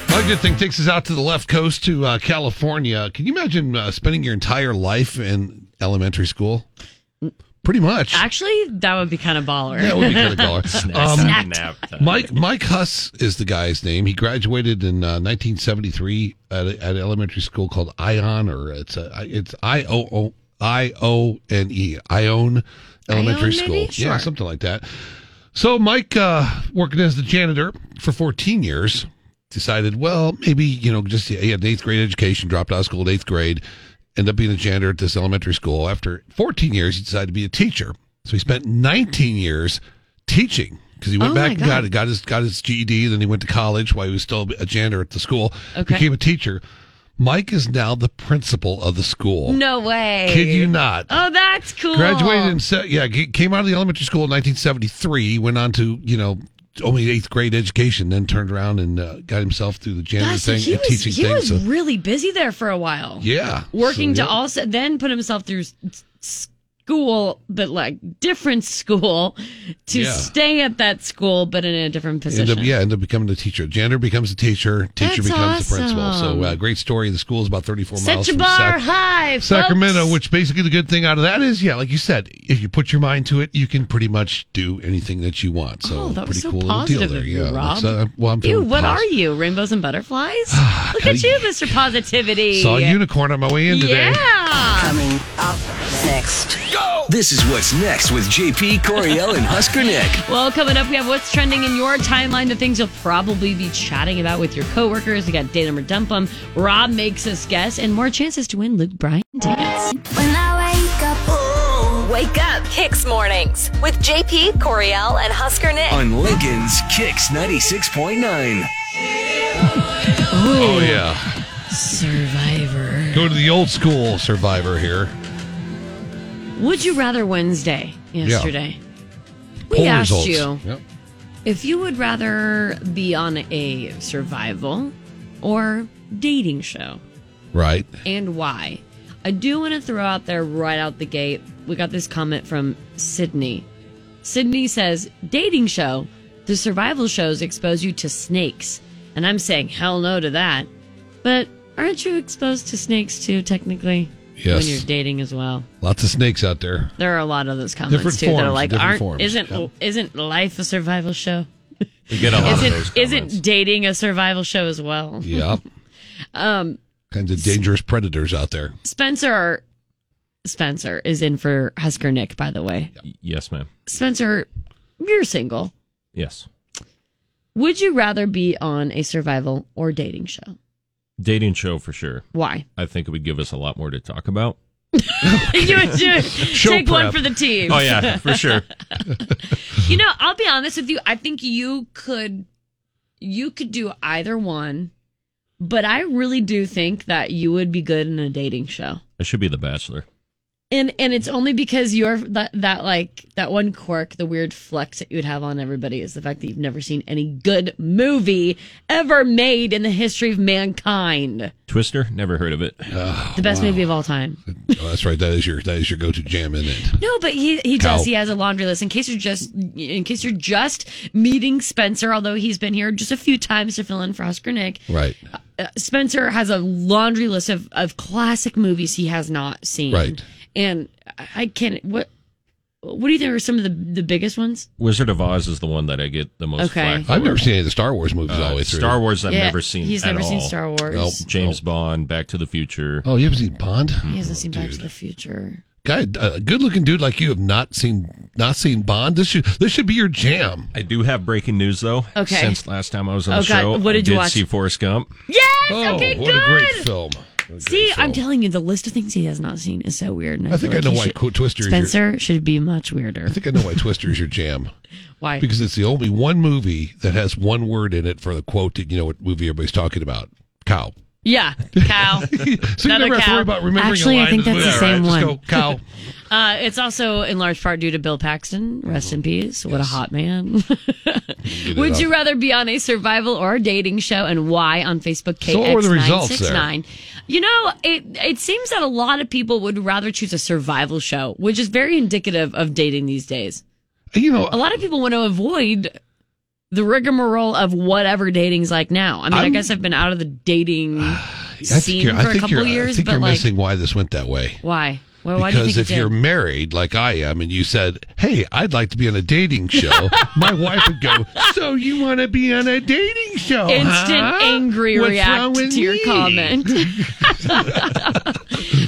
[SPEAKER 11] My good thing takes us out to the left coast to uh, California. Can you imagine uh, spending your entire life in elementary school? Pretty much.
[SPEAKER 12] Actually, that would be kind of baller.
[SPEAKER 11] That would be kind of baller. Um,
[SPEAKER 12] Snacked.
[SPEAKER 11] Mike Mike Huss is the guy's name. He graduated in uh, 1973 at, a, at an elementary school called Ion, or it's a, it's I O O I O N E Ion Elementary
[SPEAKER 14] Ione,
[SPEAKER 11] School,
[SPEAKER 14] maybe?
[SPEAKER 11] yeah,
[SPEAKER 14] Sure.
[SPEAKER 11] something like that. So Mike, uh, working as the janitor for 14 years, decided, well, maybe you know, just he had an eighth grade education, dropped out of school at eighth grade, ended up being a janitor at this elementary school. After 14 years, he decided to be a teacher. So he spent 19 years teaching because he went
[SPEAKER 14] Oh,
[SPEAKER 11] back
[SPEAKER 14] my
[SPEAKER 11] and got
[SPEAKER 14] God.
[SPEAKER 11] it, got his got his GED, then he went to college while he was still a janitor at the school,
[SPEAKER 12] Okay.
[SPEAKER 11] became a teacher. Mike is now the principal of the school.
[SPEAKER 12] No way.
[SPEAKER 11] Kid you not.
[SPEAKER 12] Oh, that's cool.
[SPEAKER 11] Graduated in se- yeah, g- came out of the elementary school in 1973. Went on to you know only eighth grade education, then turned around and uh, got himself through the janitor
[SPEAKER 12] Gosh,
[SPEAKER 11] thing
[SPEAKER 12] he
[SPEAKER 11] and
[SPEAKER 12] was,
[SPEAKER 11] teaching
[SPEAKER 12] he
[SPEAKER 11] things.
[SPEAKER 12] was
[SPEAKER 11] So-
[SPEAKER 12] really busy there for a while.
[SPEAKER 11] yeah,
[SPEAKER 12] Working
[SPEAKER 11] So,
[SPEAKER 12] to
[SPEAKER 11] yeah.
[SPEAKER 12] also then put himself through s- s- school, but like different school to
[SPEAKER 11] Yeah.
[SPEAKER 12] stay at that school, but in a different
[SPEAKER 11] End
[SPEAKER 12] position.
[SPEAKER 11] up, yeah, end up becoming a teacher. Janitor becomes a teacher. Teacher
[SPEAKER 12] That's
[SPEAKER 11] becomes a principal.
[SPEAKER 12] awesome.
[SPEAKER 11] So uh, great story. The school is about 34
[SPEAKER 12] Set
[SPEAKER 11] miles
[SPEAKER 12] your
[SPEAKER 11] from
[SPEAKER 12] bar
[SPEAKER 11] Sac-
[SPEAKER 12] high.
[SPEAKER 11] Sacramento,
[SPEAKER 12] folks.
[SPEAKER 11] which basically the good thing out of that is, yeah, like you said, if you put your mind to it, you can pretty much do anything that you want. So
[SPEAKER 12] Oh, that
[SPEAKER 11] pretty
[SPEAKER 12] was so
[SPEAKER 11] cool little deal
[SPEAKER 12] positive
[SPEAKER 11] there.
[SPEAKER 12] of you,
[SPEAKER 11] yeah,
[SPEAKER 12] Rob.
[SPEAKER 11] it's, uh, well, I'm
[SPEAKER 12] Ew,
[SPEAKER 11] feeling
[SPEAKER 12] what
[SPEAKER 11] positive.
[SPEAKER 12] are you? Rainbows and butterflies? Look at you, Mr. Positivity.
[SPEAKER 11] Saw a unicorn on my way in today.
[SPEAKER 12] Yeah. Coming up
[SPEAKER 2] Next. Go! This is what's next with JP Coriel and Husker Nick.
[SPEAKER 12] Well, coming up, we have what's trending in your timeline, the things you'll probably be chatting about with your coworkers. We got Datum or Dump 'em. Rob makes us guess, and more chances to win Luke Bryan tickets.
[SPEAKER 4] When I wake up, wake up, Kicks mornings with JP Coriel and Husker Nick.
[SPEAKER 2] On Lincoln's Kicks 96.9.
[SPEAKER 11] Oh, yeah.
[SPEAKER 12] Survivor.
[SPEAKER 11] Go to the old school survivor here.
[SPEAKER 12] Would you rather Wednesday yesterday? We
[SPEAKER 11] Poll
[SPEAKER 12] asked
[SPEAKER 11] results.
[SPEAKER 12] you
[SPEAKER 11] Yep.
[SPEAKER 12] if you would rather be on a survival or dating show.
[SPEAKER 11] Right.
[SPEAKER 12] and why. I do want to throw out there right out the gate. We got this comment from Sydney. Sydney says, dating show. The survival shows expose you to snakes. And I'm saying hell no to that. But aren't you exposed to snakes too, technically?
[SPEAKER 11] Yes.
[SPEAKER 12] When you're dating as well.
[SPEAKER 11] Lots of snakes out there.
[SPEAKER 12] There are a lot of those comments
[SPEAKER 11] Different
[SPEAKER 12] too that are
[SPEAKER 11] forms,
[SPEAKER 12] like,
[SPEAKER 11] different
[SPEAKER 12] aren't
[SPEAKER 11] forms,
[SPEAKER 12] isn't
[SPEAKER 11] yeah.
[SPEAKER 12] isn't life a survival show?
[SPEAKER 5] We get a lot of those.
[SPEAKER 12] Isn't isn't dating a survival show as well?
[SPEAKER 11] Yep.
[SPEAKER 12] um
[SPEAKER 11] Kinds of dangerous predators out there.
[SPEAKER 12] Spencer Spencer is in for Husker Nick, by the way.
[SPEAKER 5] Yes, ma'am.
[SPEAKER 12] Spencer, you're single.
[SPEAKER 5] Yes.
[SPEAKER 12] Would you rather be on a survival or dating show?
[SPEAKER 5] Dating show for sure.
[SPEAKER 12] Why?
[SPEAKER 5] I think it would give us a lot more to talk about.
[SPEAKER 12] you would do it.
[SPEAKER 5] Show
[SPEAKER 12] take one
[SPEAKER 5] prep.
[SPEAKER 12] for the team.
[SPEAKER 5] Oh, yeah, for sure.
[SPEAKER 12] you know, I'll be honest with you. I think you could, you could do either one, but I really do think that you would be good in a dating show.
[SPEAKER 5] I should be the bachelor.
[SPEAKER 12] And and it's only because you're that that like that one quirk, the weird flex that you would have on everybody is the fact that you've never seen any good movie ever made in the history of mankind.
[SPEAKER 5] Twister? Never heard of it.
[SPEAKER 12] The best movie of all time.
[SPEAKER 11] Ah, Oh, that's right. That is your that is your go to jam, isn't it?
[SPEAKER 12] No, but he he
[SPEAKER 11] Cow.
[SPEAKER 12] does. He has a laundry list in case you're just in case you're just meeting Spencer. Although he's been here just a few times to fill in for Oscar Nick.
[SPEAKER 11] Right.
[SPEAKER 12] Uh, Spencer has a laundry list of of classic movies he has not seen.
[SPEAKER 5] Right.
[SPEAKER 12] And I- I can't. What What do you think are some of the the biggest ones?
[SPEAKER 5] Wizard of Oz is the one that I get the most
[SPEAKER 12] Okay.
[SPEAKER 5] flack for. Uh,
[SPEAKER 11] I've never seen any of the Star Wars movies all the way through.
[SPEAKER 5] Star Wars I've
[SPEAKER 12] Yeah,
[SPEAKER 5] never seen
[SPEAKER 12] he's
[SPEAKER 5] at
[SPEAKER 12] never seen
[SPEAKER 5] all.
[SPEAKER 12] Star Wars. Nope.
[SPEAKER 5] Oh. James Bond, Back to the Future.
[SPEAKER 11] Oh, you haven't seen Bond?
[SPEAKER 12] He hasn't seen Back to the Future.
[SPEAKER 11] Guy, a good looking dude like you have not seen not seen Bond. This should this should be your jam.
[SPEAKER 5] I do have breaking news though.
[SPEAKER 12] Okay.
[SPEAKER 5] Since last time I was on
[SPEAKER 12] Oh,
[SPEAKER 5] the
[SPEAKER 12] God,
[SPEAKER 5] show,
[SPEAKER 12] what
[SPEAKER 5] I
[SPEAKER 12] did you watch?
[SPEAKER 5] see Forrest Gump.
[SPEAKER 12] Yes.
[SPEAKER 11] Oh,
[SPEAKER 12] okay.
[SPEAKER 11] what
[SPEAKER 12] good.
[SPEAKER 11] a great film!
[SPEAKER 12] See, I'm telling you, the list of things he has not seen is so weird. and
[SPEAKER 11] I
[SPEAKER 12] feel
[SPEAKER 11] think I
[SPEAKER 12] like
[SPEAKER 11] know
[SPEAKER 12] he
[SPEAKER 11] why
[SPEAKER 12] should-
[SPEAKER 11] Qu- Twister is your-
[SPEAKER 12] Spencer should be much weirder. I
[SPEAKER 11] think I know why Twister is your jam.
[SPEAKER 12] Why?
[SPEAKER 11] Because it's the only one movie that has one word in it for the quote that you know what movie everybody's talking about. Cow.
[SPEAKER 12] Yeah, cow. so you
[SPEAKER 11] So you never have to worry about remembering. a
[SPEAKER 12] Actually,
[SPEAKER 11] line
[SPEAKER 12] I think
[SPEAKER 11] to
[SPEAKER 12] that's the
[SPEAKER 11] movie.
[SPEAKER 12] same
[SPEAKER 11] All right,
[SPEAKER 12] one.
[SPEAKER 11] Just go, cow.
[SPEAKER 12] Uh, it's also in large part due to Bill Paxton.
[SPEAKER 11] Oh.
[SPEAKER 12] Rest in peace. What a hot man. Would you rather be on a survival or a dating show and why on Facebook
[SPEAKER 11] So what were the results there?
[SPEAKER 12] KX969? You know, it, it seems that a lot of people would rather choose a survival show, which is very indicative of dating these days.
[SPEAKER 11] You know,
[SPEAKER 12] a lot of people want to avoid the rigmarole of whatever dating's like now. I mean, i
[SPEAKER 11] I'm-
[SPEAKER 12] guess I've been out of the dating
[SPEAKER 11] I think
[SPEAKER 12] scene
[SPEAKER 11] you're, I
[SPEAKER 12] for a
[SPEAKER 11] think
[SPEAKER 12] couple
[SPEAKER 11] you're- I
[SPEAKER 12] years,
[SPEAKER 11] think
[SPEAKER 12] but
[SPEAKER 11] you're
[SPEAKER 12] like,
[SPEAKER 11] missing why this went that way.
[SPEAKER 12] why? Well, why do you
[SPEAKER 11] because
[SPEAKER 12] think
[SPEAKER 11] if
[SPEAKER 12] it did?
[SPEAKER 11] you're married like I am and you said, "Hey, I'd like to be on a dating show," my wife would go, "So you want to be on a dating show?"
[SPEAKER 12] Instant
[SPEAKER 11] huh?
[SPEAKER 12] angry
[SPEAKER 11] What's wrong
[SPEAKER 12] react
[SPEAKER 11] with
[SPEAKER 12] to your
[SPEAKER 11] me?"
[SPEAKER 12] comment.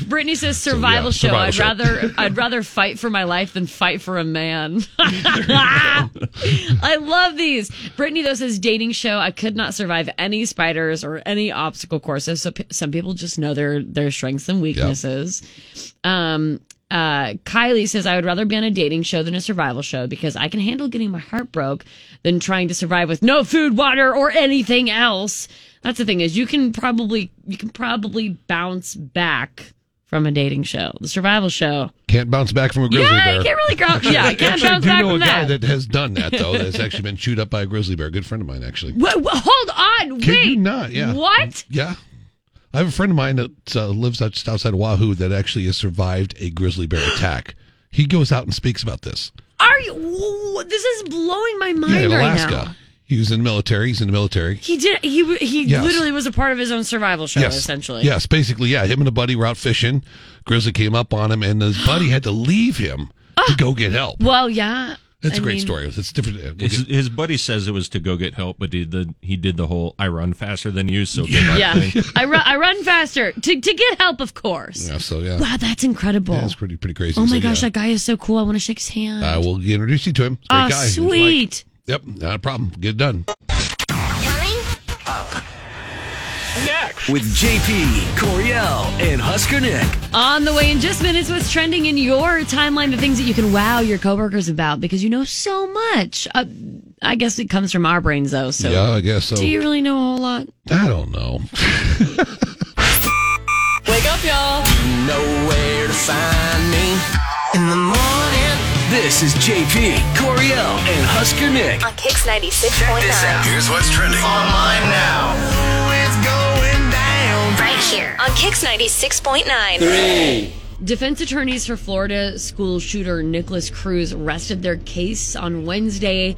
[SPEAKER 12] Brittany says survival
[SPEAKER 11] So,
[SPEAKER 12] show.
[SPEAKER 11] yeah,
[SPEAKER 12] I'd
[SPEAKER 11] survival show.
[SPEAKER 12] rather I'd rather fight for my life than fight for a man. I love these. Brittany though says dating show. I could not survive any spiders or any obstacle courses. So p- some people just know their their strengths and weaknesses. Um, uh, Kylie says, I would rather be on a dating show than a survival show because I can handle getting my heart broke than trying to survive with no food, water, or anything else. That's the thing is you can probably you can probably bounce back from a dating show. The survival show.
[SPEAKER 11] Can't bounce back from a grizzly
[SPEAKER 12] Yeah,
[SPEAKER 11] bear.
[SPEAKER 12] you can't really grow-
[SPEAKER 11] Actually,
[SPEAKER 12] yeah,
[SPEAKER 11] I-
[SPEAKER 12] can't
[SPEAKER 11] actually,
[SPEAKER 12] bounce
[SPEAKER 11] I do
[SPEAKER 12] back
[SPEAKER 11] know
[SPEAKER 12] from
[SPEAKER 11] a guy
[SPEAKER 12] that.
[SPEAKER 11] that has done that though. That's actually been chewed up by a grizzly bear. A good friend of mine actually.
[SPEAKER 12] Wha- wha- hold on,
[SPEAKER 11] Kid
[SPEAKER 12] wait.
[SPEAKER 11] you not? Yeah.
[SPEAKER 12] What?
[SPEAKER 11] Yeah. I have a friend of mine that uh, lives out- just outside of Wahoo that actually has survived a grizzly bear attack. He goes out and speaks about this.
[SPEAKER 12] Are you whoa, this is blowing my mind
[SPEAKER 11] Yeah, in
[SPEAKER 12] right
[SPEAKER 11] Alaska.
[SPEAKER 12] now.
[SPEAKER 11] He was in the military. He's in the military.
[SPEAKER 12] He did he he
[SPEAKER 11] Yes.
[SPEAKER 12] literally was a part of his own survival show essentially.
[SPEAKER 11] Yes, basically, yeah. Him and a buddy were out fishing. Grizzly came up on him, and his buddy had to leave him
[SPEAKER 12] Ah.
[SPEAKER 11] to go get help.
[SPEAKER 12] Well, yeah.
[SPEAKER 11] That's
[SPEAKER 12] a
[SPEAKER 11] a great story. It's different. uh, we'll
[SPEAKER 5] His,
[SPEAKER 11] get-
[SPEAKER 5] his buddy says it was to go get help, but he did, he did the whole "I run faster than you," so good luck
[SPEAKER 12] Yeah.
[SPEAKER 5] thing.
[SPEAKER 12] I run I run faster to to get help, of course.
[SPEAKER 11] yeah, so yeah.
[SPEAKER 12] Wow, that's incredible.
[SPEAKER 11] Yeah, it's pretty pretty crazy.
[SPEAKER 12] Oh my
[SPEAKER 11] So,
[SPEAKER 12] gosh,
[SPEAKER 11] yeah.
[SPEAKER 12] that guy is so cool. I want to shake his hand.
[SPEAKER 11] I will introduce you to him. He's a Great
[SPEAKER 12] Oh,
[SPEAKER 11] guy. He's like-
[SPEAKER 12] sweet.
[SPEAKER 11] yep, not a problem. Get it done.
[SPEAKER 2] With JP, Coriel, and Husker Nick.
[SPEAKER 12] On the way in just minutes, what's trending in your timeline, the things that you can wow your coworkers about because you know so much. Uh, I guess it comes from our brains, though. So,
[SPEAKER 11] yeah, I guess so.
[SPEAKER 12] do you really know a whole lot?
[SPEAKER 11] I don't know.
[SPEAKER 12] Wake up, y'all.
[SPEAKER 2] Nowhere to find me in the morning. This is JP, Coriel, and Husker Nick.
[SPEAKER 4] On Kix 96.9.
[SPEAKER 2] Here's what's trending online now. It's going down.
[SPEAKER 4] Right here. On Kix 96.9.
[SPEAKER 12] Defense attorneys for Florida school shooter Nicholas Cruz rested their case on Wednesday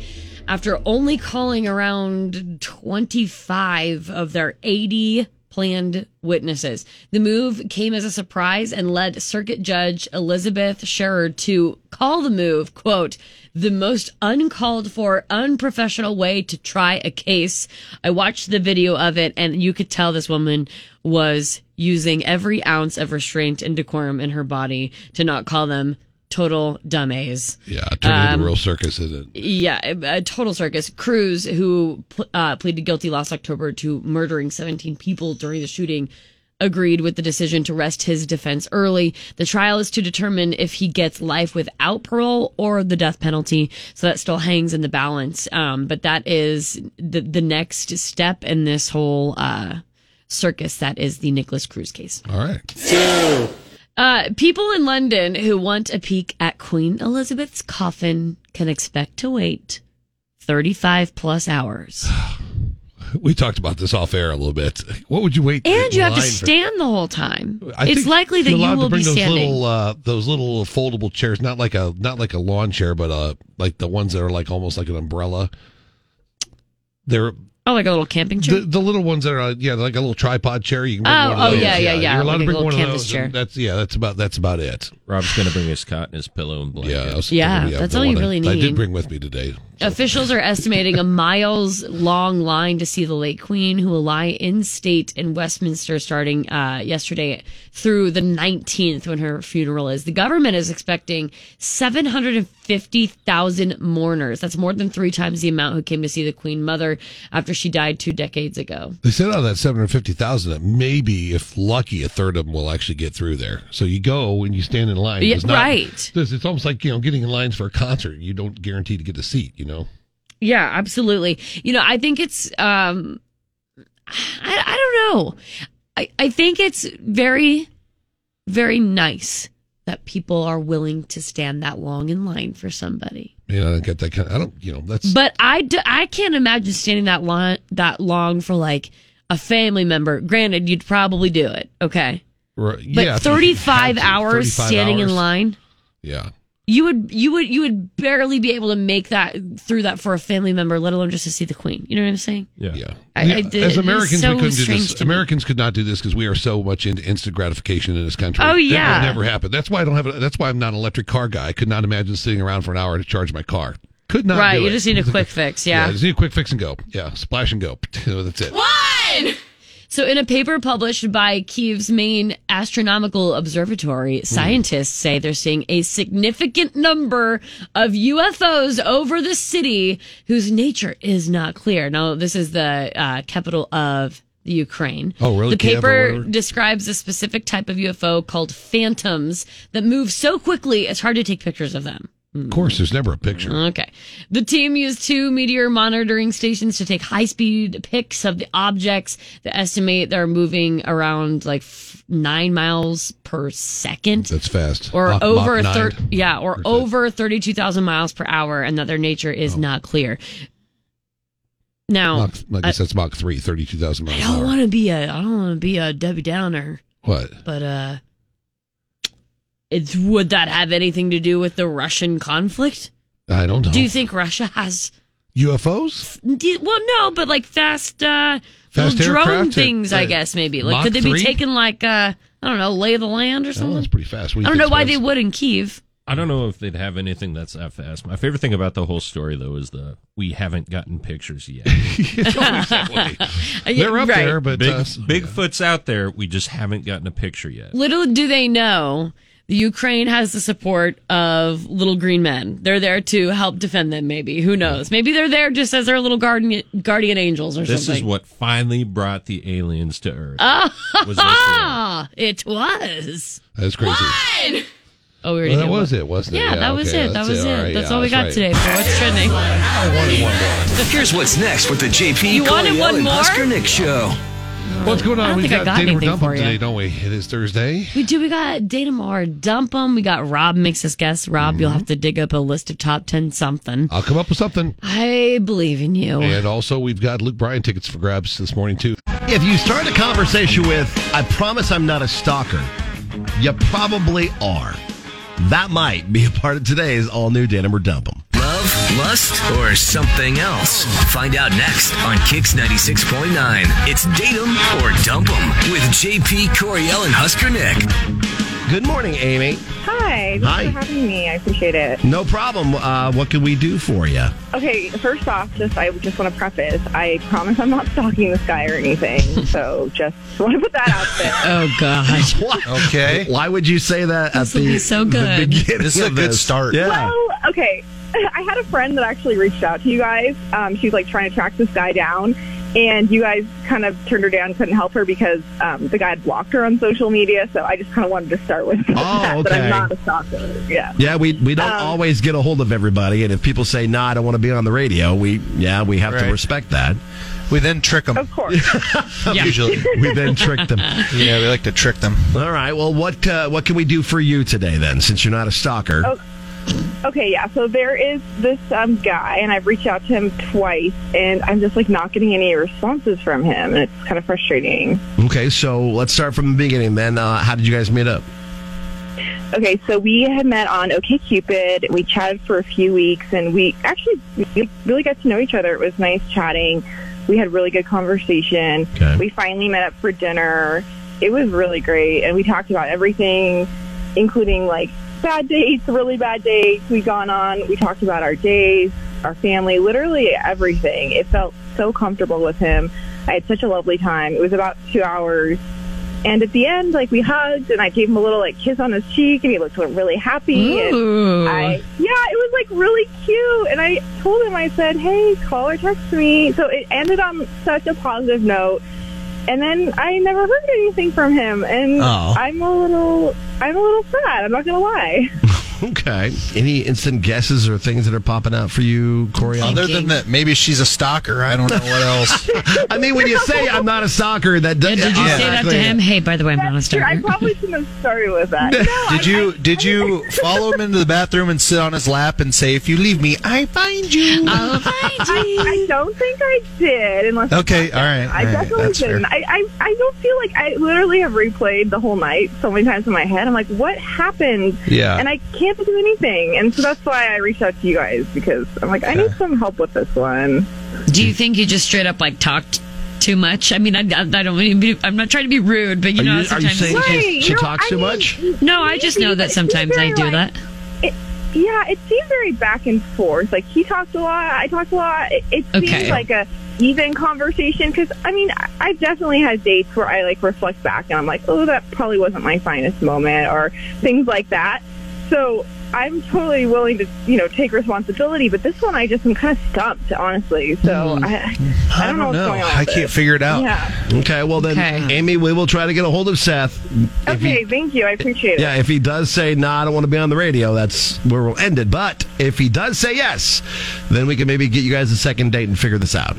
[SPEAKER 12] after only calling around 25 of their 80 planned witnesses. The move came as a surprise and led Circuit Judge Elizabeth Sherrod to call the move, quote, the most uncalled for, unprofessional way to try a case. I watched the video of it and you could tell this woman was using every ounce of restraint and decorum in her body to not call them total dumbays.
[SPEAKER 11] Yeah, it turned into
[SPEAKER 12] Um,
[SPEAKER 11] a real circus, isn't it?
[SPEAKER 12] Yeah, a a total circus. Cruz, who pl- uh, pleaded guilty last October to murdering 17 people during the shooting, agreed with the decision to rest his defense early. The trial is to determine if he gets life without parole or the death penalty. So that still hangs in the balance. Um, but that is the, the next step in this whole uh, circus that is the Nicholas Cruz case.
[SPEAKER 11] All right.
[SPEAKER 12] Uh, people in London who want a peek at Queen Elizabeth's coffin can expect to wait 35 plus hours.
[SPEAKER 11] We talked about this off air a little bit. What would you wait?
[SPEAKER 12] And you have to
[SPEAKER 11] line for?
[SPEAKER 12] stand the whole time.
[SPEAKER 11] I
[SPEAKER 12] it's
[SPEAKER 11] think
[SPEAKER 12] likely that
[SPEAKER 11] you're allowed
[SPEAKER 12] you
[SPEAKER 11] to
[SPEAKER 12] will
[SPEAKER 11] bring
[SPEAKER 12] be
[SPEAKER 11] those
[SPEAKER 12] standing.
[SPEAKER 11] Little, uh, those little foldable chairs, not like a not like a lawn chair, but uh, like the ones that are like almost like an umbrella. They're
[SPEAKER 12] oh, like a little camping
[SPEAKER 11] chair. The, the little ones that are uh, yeah, they're like a little tripod chair. You can bring
[SPEAKER 12] Oh,
[SPEAKER 11] one of
[SPEAKER 12] oh,
[SPEAKER 11] those.
[SPEAKER 12] yeah, yeah, yeah,
[SPEAKER 11] You're
[SPEAKER 12] like
[SPEAKER 11] allowed to
[SPEAKER 12] a
[SPEAKER 11] bring
[SPEAKER 12] little
[SPEAKER 11] one of
[SPEAKER 12] canvas
[SPEAKER 11] those.
[SPEAKER 12] chair.
[SPEAKER 11] and That's yeah, that's about that's about it.
[SPEAKER 5] Rob's gonna bring his cot and his pillow and blanket.
[SPEAKER 11] Yeah, I was
[SPEAKER 12] Yeah,
[SPEAKER 11] thinking,
[SPEAKER 12] that's
[SPEAKER 11] the
[SPEAKER 12] all you
[SPEAKER 11] one I-
[SPEAKER 12] really
[SPEAKER 11] I
[SPEAKER 12] need.
[SPEAKER 11] did bring with me today.
[SPEAKER 12] Officials are estimating a miles long line to see the late queen, who will lie in state in Westminster starting uh, yesterday through the 19th when her funeral is. The government is expecting 750,000 mourners. That's more than three times the amount who came to see the queen mother after she died two decades ago.
[SPEAKER 11] They said out of that seven hundred fifty thousand, that maybe if lucky, a third of them will actually get through there. So you go and you stand in line.
[SPEAKER 12] Yeah,
[SPEAKER 11] It's not-
[SPEAKER 12] right.
[SPEAKER 11] It's it's almost like you know getting in lines for a concert. You don't guarantee to get a seat. You know.
[SPEAKER 12] Yeah, absolutely. You know, I think it's um I I don't know. I I think it's very very nice that people are willing to stand that long in line for somebody.
[SPEAKER 11] Man, I don't get that kind. Of, I don't. You know, that's
[SPEAKER 12] But I d- I can't imagine standing that long that long for like a family member. Granted, you'd probably do it. Okay.
[SPEAKER 11] right,
[SPEAKER 12] But
[SPEAKER 11] yeah. if you
[SPEAKER 12] 35
[SPEAKER 11] had to,
[SPEAKER 12] hours
[SPEAKER 11] 35
[SPEAKER 12] standing
[SPEAKER 11] hours.
[SPEAKER 12] in line.
[SPEAKER 11] Yeah.
[SPEAKER 12] You would you would you would barely be able to make that through that for a family member, let alone just to see the queen. You know what I'm saying?
[SPEAKER 5] Yeah.
[SPEAKER 11] yeah.
[SPEAKER 12] I- I did-
[SPEAKER 11] As
[SPEAKER 12] it was
[SPEAKER 11] Americans,
[SPEAKER 12] so
[SPEAKER 11] we couldn't do
[SPEAKER 12] strange
[SPEAKER 11] this.
[SPEAKER 12] to me.
[SPEAKER 11] Americans could not do this because we are so much into instant gratification in this country.
[SPEAKER 12] Oh,
[SPEAKER 11] That would
[SPEAKER 12] yeah.
[SPEAKER 11] never happen. That's why I don't have. A, that's why I'm not an electric car guy. I could not imagine sitting around for an hour to charge my car. Could not.
[SPEAKER 12] right.
[SPEAKER 11] do
[SPEAKER 12] You
[SPEAKER 11] it.
[SPEAKER 12] just need a quick fix. Yeah.
[SPEAKER 11] just need a quick fix and go. Yeah, splash and go. That's it.
[SPEAKER 12] One! So, in a paper published by Kiev's main astronomical
[SPEAKER 11] Hmm.
[SPEAKER 12] observatory, scientists say they're seeing a significant number of UFOs over the city whose nature is not clear. Now, this is the uh, capital of the Ukraine.
[SPEAKER 11] Oh, really?
[SPEAKER 12] The
[SPEAKER 11] Kiev or
[SPEAKER 12] paper
[SPEAKER 11] whatever?
[SPEAKER 12] describes a specific type of UFO called phantoms that move so quickly it's hard to take pictures of them.
[SPEAKER 11] Of course, there's never a picture.
[SPEAKER 12] Okay. The team used two meteor monitoring stations to take high speed pics of the objects. They estimate they're moving around like f- nine miles per second.
[SPEAKER 11] That's fast.
[SPEAKER 12] Or
[SPEAKER 11] Uh,
[SPEAKER 12] over
[SPEAKER 11] Mach 9.
[SPEAKER 12] thir- yeah, or over thirty-two thousand miles per hour, and that their nature
[SPEAKER 11] Oh.
[SPEAKER 12] is not clear. Now,
[SPEAKER 11] Mach, I guess
[SPEAKER 12] I,
[SPEAKER 11] that's Mach 3, 32,000 miles
[SPEAKER 12] I
[SPEAKER 11] an
[SPEAKER 12] don't
[SPEAKER 11] hour.
[SPEAKER 12] want to be a I don't want to be a Debbie Downer,
[SPEAKER 11] What?
[SPEAKER 12] but uh, it's would that have anything to do with the Russian conflict?
[SPEAKER 11] I don't know.
[SPEAKER 12] Do you think Russia has
[SPEAKER 11] UFOs?
[SPEAKER 12] Do- Well, no, but like fast, uh,
[SPEAKER 11] Fast
[SPEAKER 12] little drone
[SPEAKER 11] aircraft or-
[SPEAKER 12] things, I
[SPEAKER 11] right.
[SPEAKER 12] guess maybe. Like,
[SPEAKER 11] Mach
[SPEAKER 12] could they be
[SPEAKER 11] three? Oh,
[SPEAKER 12] taken like uh, I don't know, lay of the land or something?
[SPEAKER 11] That's pretty
[SPEAKER 12] I
[SPEAKER 11] fast. What do you
[SPEAKER 12] don't know
[SPEAKER 11] think's
[SPEAKER 12] why
[SPEAKER 11] fast?
[SPEAKER 12] they would in Kiev.
[SPEAKER 5] I don't know if they'd have anything that's that fast. My favorite thing about the whole story, though, is the we haven't gotten pictures yet.
[SPEAKER 11] Oh,
[SPEAKER 12] Uh,
[SPEAKER 11] They're up there, but
[SPEAKER 5] Big,
[SPEAKER 11] uh,
[SPEAKER 5] Bigfoot's out there. We just haven't gotten a picture yet.
[SPEAKER 12] Little do they know, the Ukraine has the support of little green men. They're there to help defend them. Maybe who knows? Maybe they're there just as their little guardian guardian angels or
[SPEAKER 5] This is
[SPEAKER 12] something.
[SPEAKER 5] what finally brought the aliens to Earth. was
[SPEAKER 12] Ah, it was.
[SPEAKER 11] That's crazy.
[SPEAKER 12] Oh, we already
[SPEAKER 11] Well, that
[SPEAKER 12] did
[SPEAKER 11] was
[SPEAKER 12] one.
[SPEAKER 11] it, wasn't it?
[SPEAKER 12] Yeah, that was
[SPEAKER 11] okay,
[SPEAKER 12] it. That
[SPEAKER 11] that's
[SPEAKER 12] was it.
[SPEAKER 11] right,
[SPEAKER 12] that's
[SPEAKER 11] yeah,
[SPEAKER 12] all we got
[SPEAKER 11] right.
[SPEAKER 12] today for what's trending.
[SPEAKER 2] Here's what's next with the JP
[SPEAKER 12] You wanted
[SPEAKER 2] Coriel
[SPEAKER 12] one
[SPEAKER 2] and
[SPEAKER 12] more?
[SPEAKER 2] Husker Nick show.
[SPEAKER 11] What's going
[SPEAKER 12] I
[SPEAKER 11] on?
[SPEAKER 12] don't
[SPEAKER 11] We've
[SPEAKER 12] think I
[SPEAKER 11] got,
[SPEAKER 12] got
[SPEAKER 11] Dana
[SPEAKER 12] anything
[SPEAKER 11] Dump
[SPEAKER 12] for you.
[SPEAKER 11] today, don't we? It is Thursday.
[SPEAKER 12] We do. We got Data Moore, Dump 'em. We got Rob makes us guess. Rob,
[SPEAKER 14] Mm-hmm.
[SPEAKER 12] you'll have to dig up a list of top 10 something.
[SPEAKER 11] I'll come up with something.
[SPEAKER 12] I believe in you.
[SPEAKER 11] And also, we've got Luke Bryan tickets for grabs this morning, too.
[SPEAKER 14] If you start a conversation with, I promise I'm not a stalker, you probably are. That might be a part of today's all new Denim or Dump 'em.
[SPEAKER 2] Love, lust, or something else? Find out next on Kix 96.9. It's Date 'em or Dump 'em with JP Coriel and Husker Nick.
[SPEAKER 14] Good morning, Amy.
[SPEAKER 15] Hi. Thanks
[SPEAKER 14] Hi.
[SPEAKER 15] for having me. I appreciate it.
[SPEAKER 14] No problem. Uh, what can we do for you?
[SPEAKER 15] Okay, first off, just I just want to preface. I promise I'm not stalking this guy or anything. so just want to put that out there.
[SPEAKER 12] Oh God!
[SPEAKER 14] Okay. Why would you say that at the, the beginning?
[SPEAKER 15] This is a
[SPEAKER 14] of
[SPEAKER 15] good
[SPEAKER 14] start. Yeah.
[SPEAKER 15] Well, okay. I had a friend that actually reached out to you guys. Um, she was like trying to track this guy down, And you guys kind of turned her down, couldn't help her because um, the guy had blocked her on social media. So I just kind of wanted to start with that, but
[SPEAKER 14] Oh, okay.
[SPEAKER 15] I'm not a stalker. Yeah.
[SPEAKER 14] Yeah, we we don't
[SPEAKER 15] Um,
[SPEAKER 14] always get a hold of everybody, and if people say, "No, I don't want to be on the radio," we yeah we have to
[SPEAKER 16] Right.
[SPEAKER 14] respect that. We then trick them. Of
[SPEAKER 15] course,
[SPEAKER 14] usually we then trick them. Yeah, we like to trick them. All right. Well, what uh, what can we do for you today then? Since you're not a stalker,
[SPEAKER 15] Oh, Okay, yeah. So there is this um, guy, and I've reached out to him twice, and I'm just like not getting any responses from him, and it's kind of frustrating.
[SPEAKER 14] okay. So let's start from the beginning. Then, uh, how did you guys meet up?
[SPEAKER 15] Okay, so we had met on OKCupid. We chatted for a few weeks, and we actually we really got to know each other. It was nice chatting. We had really good conversation.
[SPEAKER 17] Okay.
[SPEAKER 15] We finally met up for dinner. It was really great, and we talked about everything, including like bad dates, really bad dates we gone on. We talked about our days, our family, literally everything. It felt so comfortable with him. I had such a lovely time. It was about two hours. And at the end, like we hugged, and I gave him a little like kiss on his cheek, and he looked really happy.
[SPEAKER 17] Ooh.
[SPEAKER 15] And I, yeah, it was like really cute. And I told him, I said, "Hey, call or text me." So it ended on such a positive note. And then I never heard anything from him, and
[SPEAKER 14] Oh.
[SPEAKER 15] I'm a little, I'm a little sad. I'm not gonna lie.
[SPEAKER 14] Okay. Any instant guesses or things that are popping out for you, Corey?
[SPEAKER 16] Other than that, maybe she's a stalker. I don't know what else.
[SPEAKER 14] I mean, when you say I'm not a stalker, that does,
[SPEAKER 12] Did you say that to him? Hey, by the way, I'm not a
[SPEAKER 15] Sure, I
[SPEAKER 12] stalker.
[SPEAKER 15] probably shouldn't have started with that.
[SPEAKER 16] did you did you follow him into the bathroom and sit on his lap and say, "If you leave me, I find you"?
[SPEAKER 15] I, I don't think I did, unless
[SPEAKER 16] Okay, all right.
[SPEAKER 15] I
[SPEAKER 16] all right,
[SPEAKER 15] definitely
[SPEAKER 16] that's fair.
[SPEAKER 15] didn't. I, I, I don't feel like I literally have replayed the whole night so many times in my head. I'm like, what happened?
[SPEAKER 16] Yeah.
[SPEAKER 15] And I can't do anything. And so that's why I reached out to you guys because I'm like, I need some help with this one.
[SPEAKER 12] Do you think you just straight up like talked too much? I mean, I, I I don't. mean to be- I'm not trying to be rude, but you
[SPEAKER 14] Are
[SPEAKER 12] know,
[SPEAKER 14] you-
[SPEAKER 12] how
[SPEAKER 14] are you
[SPEAKER 12] sometimes
[SPEAKER 14] saying she- Right, she you know, talks I too mean, much?
[SPEAKER 12] No, I just know that
[SPEAKER 15] she's
[SPEAKER 12] sometimes I
[SPEAKER 15] very,
[SPEAKER 12] do
[SPEAKER 15] like-
[SPEAKER 12] that.
[SPEAKER 15] It, yeah, it seemed very back and forth. Like he talked a lot, I talked a lot. It, it
[SPEAKER 12] Okay.
[SPEAKER 15] seemed like a even conversation because I mean I- I've definitely had dates where I like reflect back and I'm like, oh, that probably wasn't my finest moment or things like that. So I'm totally willing to you know take responsibility, but this one I just am kind of stumped honestly. So I, Mm-hmm. I, don't know what's going on.
[SPEAKER 14] I can't figure it
[SPEAKER 15] out. Yeah.
[SPEAKER 14] Okay, well then, Amy, we will try to get a hold of Seth. If
[SPEAKER 15] Okay,
[SPEAKER 14] he,
[SPEAKER 15] thank you. I appreciate it.
[SPEAKER 14] yeah, if he does say, "No, nah, I don't want to be on the radio," that's where we'll end it. But if he does say yes, then we can maybe get you guys a second date and figure this out.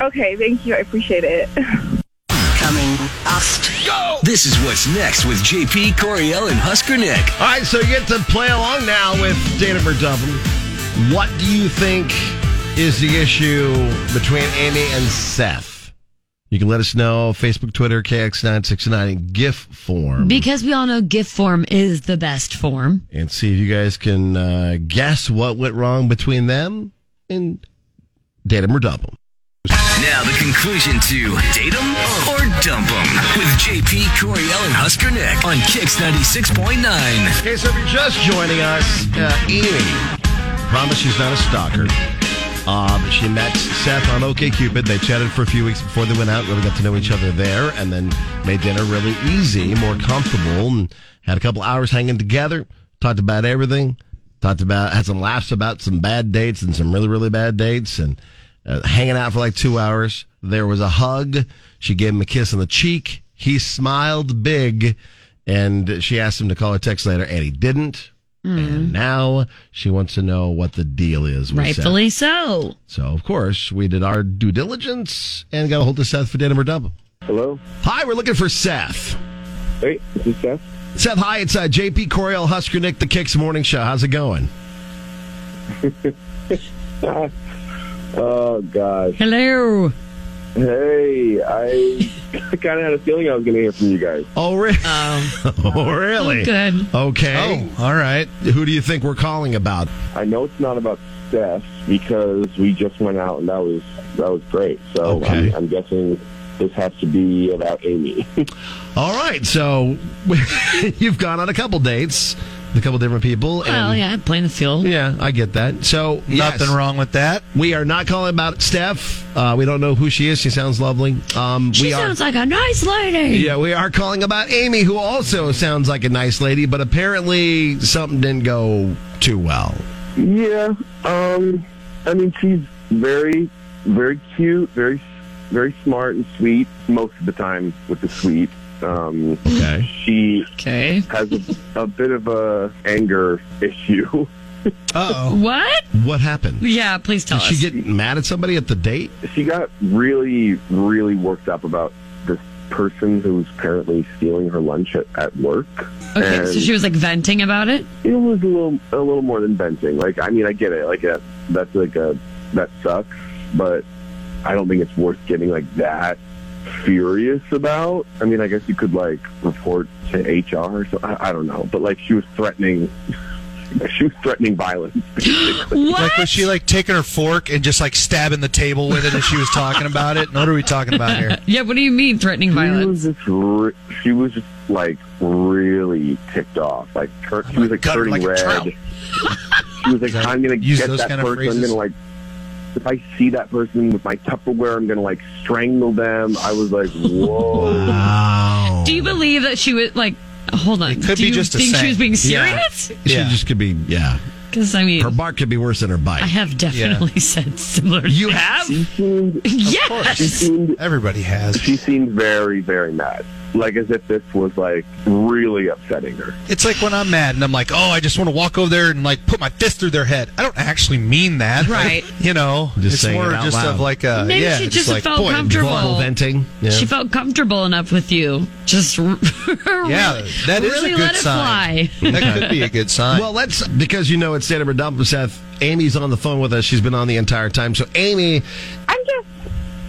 [SPEAKER 15] Okay, thank you. I appreciate it.
[SPEAKER 2] Coming up. Go! This is what's next with JP, Coriel, and Husker Nick.
[SPEAKER 14] All right, so you get to play along now with Datum or Dump 'Em. What do you think is the issue between Amy and Seth? You can let us know Facebook, Twitter, KX969 in GIF form.
[SPEAKER 12] Because we all know GIF form is the best form.
[SPEAKER 14] and see if you guys can uh, guess what went wrong between them and date 'em or dump 'em.
[SPEAKER 2] Now the conclusion to date 'em or dump 'em with JP, Coriel, and Husker Nick on Kix 96.9.
[SPEAKER 14] Okay, so if you're just joining us, uh, Amy, promise she's not a stalker. Um, she met Seth on OKCupid. They chatted for a few weeks before they went out. Really got to know each other there, and then made dinner really easy, more comfortable, and had a couple hours hanging together. Talked about everything. Talked about had some laughs about some bad dates and some really really bad dates, and uh, hanging out for like two hours. There was a hug. She gave him a kiss on the cheek. He smiled big, and she asked him to call her text later, and he didn't.
[SPEAKER 12] Mm.
[SPEAKER 14] And now she wants to know what the deal is. With Seth.
[SPEAKER 12] Rightfully so.
[SPEAKER 14] So, of course, we did our due diligence and got a hold of Seth for Denim or Dump. Hello. Hi, we're looking for Seth. Hey, this is Seth. Seth, hi, it's uh, JP Coriel Husker Nick, the Kicks Morning Show. How's it going?
[SPEAKER 18] Oh gosh.
[SPEAKER 12] Hello.
[SPEAKER 18] Hey, I kind of had a feeling I was going to hear from you guys.
[SPEAKER 14] Oh, really? oh, really?
[SPEAKER 18] Good.
[SPEAKER 14] Okay. Oh, all right. Who do you think we're calling about?
[SPEAKER 18] I know it's not about Steph because we just went out and that was that was great. So I'm, I'm guessing this has to be about Amy.
[SPEAKER 14] All right. So, you've gone on a couple dates, with a couple different people. And,
[SPEAKER 12] Well, yeah, playing the field.
[SPEAKER 14] Yeah, I get that. So,
[SPEAKER 16] Nothing
[SPEAKER 14] wrong with that. We are not calling about Steph. Uh, we don't know who she is. She sounds lovely. Um,
[SPEAKER 12] She
[SPEAKER 14] we are,
[SPEAKER 12] sounds like a nice lady.
[SPEAKER 14] Yeah, we are calling about Amy, who also sounds like a nice lady, but apparently something didn't go too well.
[SPEAKER 18] yeah. Um. I mean, she's very, very cute, very very smart and sweet most of the time with the sweet. Um, She has a, a bit of a anger issue.
[SPEAKER 14] Oh.
[SPEAKER 12] What?
[SPEAKER 14] What happened?
[SPEAKER 12] Yeah, please tell
[SPEAKER 14] Did
[SPEAKER 12] us.
[SPEAKER 14] she get mad at somebody at the date?
[SPEAKER 18] She got really, really worked up about this person who was apparently stealing her lunch at, at work.
[SPEAKER 12] okay, so
[SPEAKER 18] And-
[SPEAKER 12] she was like venting about it.
[SPEAKER 18] It was a little, a little more than venting. Like, I mean, I get it. Like, a, that's like a, that sucks. But I don't think it's worth getting like that furious about. I mean, I guess you could like report to HR. So I, I don't know. But like, she was threatening. She was threatening violence.
[SPEAKER 16] Like was she like taking her fork and just like stabbing the table with it as she was talking about it? And what are we talking about here?
[SPEAKER 12] yeah, what do you mean threatening violence?
[SPEAKER 18] She was just, re- she was just like really ticked off. Like tur- she was like
[SPEAKER 16] God,
[SPEAKER 18] turning
[SPEAKER 16] like a
[SPEAKER 18] red.
[SPEAKER 16] trout.
[SPEAKER 18] she was like, "I'm gonna
[SPEAKER 16] use
[SPEAKER 18] get
[SPEAKER 16] those
[SPEAKER 18] that
[SPEAKER 16] kind of
[SPEAKER 18] person. I'm
[SPEAKER 16] phrases?
[SPEAKER 18] gonna like, if I see that person with my Tupperware, I'm gonna like strangle them." I was like, "Whoa!"
[SPEAKER 14] Wow.
[SPEAKER 12] Do you believe that she was like? Hold on.
[SPEAKER 14] Oh. Could
[SPEAKER 12] do
[SPEAKER 14] be
[SPEAKER 12] you
[SPEAKER 14] just a
[SPEAKER 12] think
[SPEAKER 14] saying.
[SPEAKER 12] she was being
[SPEAKER 14] Yeah.
[SPEAKER 12] serious?
[SPEAKER 14] She just could be, yeah.
[SPEAKER 12] Because I mean,
[SPEAKER 14] her bark could be worse than her bite.
[SPEAKER 12] I have definitely said similar.
[SPEAKER 14] You
[SPEAKER 12] things.
[SPEAKER 14] have?
[SPEAKER 12] yes.
[SPEAKER 18] Everybody has. She seemed very, very mad. Like as if this was like really upsetting her.
[SPEAKER 16] It's like when I'm mad and I'm like, oh, I just want to walk over there and like put my fist through their head. I don't actually mean that,
[SPEAKER 12] Right.
[SPEAKER 16] you know,
[SPEAKER 14] Just
[SPEAKER 16] it's
[SPEAKER 14] saying
[SPEAKER 16] more
[SPEAKER 14] it out
[SPEAKER 16] just
[SPEAKER 14] loud.
[SPEAKER 16] of like a
[SPEAKER 12] Maybe
[SPEAKER 16] yeah.
[SPEAKER 12] she
[SPEAKER 16] it's
[SPEAKER 12] just
[SPEAKER 16] like,
[SPEAKER 12] felt
[SPEAKER 16] boy,
[SPEAKER 12] comfortable.
[SPEAKER 16] vulnerable
[SPEAKER 14] venting. Yeah.
[SPEAKER 12] She felt comfortable enough with you. Just yeah,
[SPEAKER 16] that is a
[SPEAKER 12] really
[SPEAKER 16] good
[SPEAKER 12] let
[SPEAKER 16] sign.
[SPEAKER 12] it fly.
[SPEAKER 16] That could be a good sign.
[SPEAKER 14] Well, let's because you know it's Santa Dump, Seth. Amy's on the phone with us. She's been on the entire time. So, Amy,
[SPEAKER 15] I'm just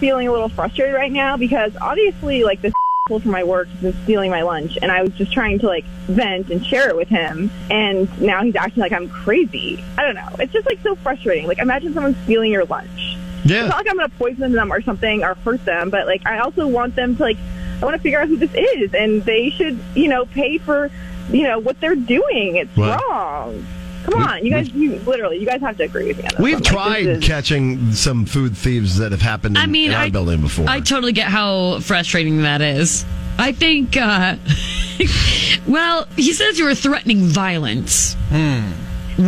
[SPEAKER 15] feeling a little frustrated right now because obviously, like, this from my work is stealing my lunch, and I was just trying to, like, vent and share it with him, and now he's acting like I'm crazy. I don't know. It's just, like, so frustrating. Like, imagine someone stealing your lunch.
[SPEAKER 14] Yeah.
[SPEAKER 15] It's not like I'm going to poison them or something or hurt them, but, like, I also want them to, like, I want to figure out who this is, and they should, you know, pay for, you know, what they're doing. It's
[SPEAKER 14] Well-
[SPEAKER 15] wrong. Come on, you guys, you literally, you guys have to agree with me on this.
[SPEAKER 14] we've
[SPEAKER 15] one. Like, this
[SPEAKER 14] tried
[SPEAKER 15] is-
[SPEAKER 14] catching some food thieves that have happened. In,
[SPEAKER 12] I mean,
[SPEAKER 14] in our
[SPEAKER 12] I,
[SPEAKER 14] building before.
[SPEAKER 12] I totally get how frustrating that is. I think, uh, well, he says you were threatening violence.
[SPEAKER 14] Hmm.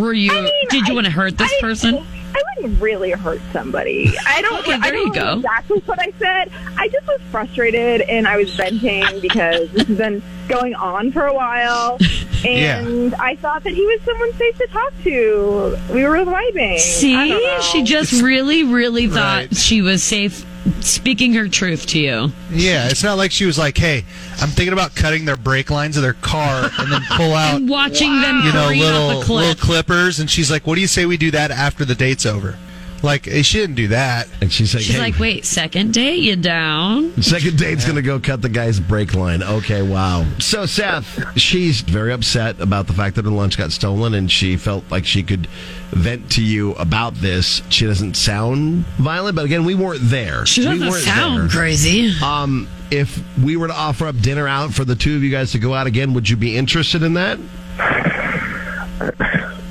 [SPEAKER 12] Were you? did you want to hurt this person?
[SPEAKER 15] I wouldn't really hurt somebody. I don't.
[SPEAKER 12] Okay,
[SPEAKER 15] I
[SPEAKER 12] there you
[SPEAKER 15] don't know
[SPEAKER 12] go.
[SPEAKER 15] Exactly what I said. I just was frustrated and I was venting because this has been going on for a while, and I thought that he was someone safe to talk to. We were vibing. I don't
[SPEAKER 12] See,
[SPEAKER 15] know.
[SPEAKER 12] she just really, really thought she was safe speaking her truth to you.
[SPEAKER 16] Yeah, it's not like she was like, "Hey, I'm thinking about cutting their brake lines of their car and then pull out
[SPEAKER 12] And watching them
[SPEAKER 16] you know
[SPEAKER 12] careen
[SPEAKER 16] little
[SPEAKER 12] off a cliff.
[SPEAKER 16] little clippers." And she's like, "What do you say we do that after the date's over?" Like eh, she didn't do that.
[SPEAKER 14] And she's like,
[SPEAKER 12] She's
[SPEAKER 14] "Hey,
[SPEAKER 12] like, wait, second date, you down?
[SPEAKER 14] Second date's gonna go cut the guy's brake line. Okay, wow. So Seth, she's very upset about the fact that her lunch got stolen, and she felt like she could vent to you about this. She doesn't sound violent, but again, we weren't there.
[SPEAKER 12] She doesn't
[SPEAKER 14] we weren't
[SPEAKER 12] sound
[SPEAKER 14] there.
[SPEAKER 12] crazy.
[SPEAKER 14] Um, if we were to offer up dinner out for the two of you guys to go out again, would you be interested in that?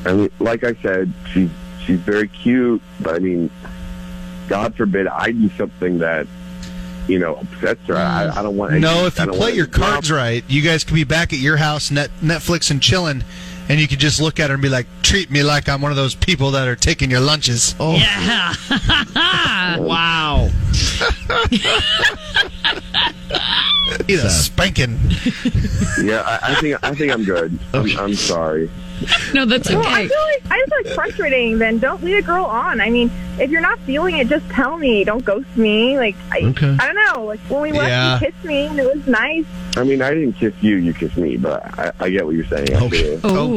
[SPEAKER 18] I mean, like I said, she's she's very cute, but I mean, God forbid I do something that you know upsets her. I, I don't want.
[SPEAKER 16] No, if
[SPEAKER 18] I
[SPEAKER 16] you
[SPEAKER 18] don't
[SPEAKER 16] play
[SPEAKER 18] want-
[SPEAKER 16] your cards right, you guys could be back at your house, net, Netflix and chilling, and you could just look at her and be like, "Treat me like I'm one of those people that are taking your lunches."
[SPEAKER 14] Oh,
[SPEAKER 12] Yeah.
[SPEAKER 14] wow.
[SPEAKER 16] Need a spanking.
[SPEAKER 18] Yeah, I, I think I think I'm good. I'm, I'm sorry.
[SPEAKER 12] No, that's
[SPEAKER 15] Well, I
[SPEAKER 12] okay.
[SPEAKER 15] feel like I feel like frustrating. Then don't lead a girl on. I mean, if you're not feeling it, just tell me. Don't ghost me. Like I,
[SPEAKER 18] Okay.
[SPEAKER 15] I don't know. Like when we left,
[SPEAKER 18] Yeah.
[SPEAKER 15] you kissed me and it was nice.
[SPEAKER 18] I mean, I didn't kiss you. You kissed me, but I, I get what you're saying.
[SPEAKER 14] Okay.
[SPEAKER 18] Okay.
[SPEAKER 14] All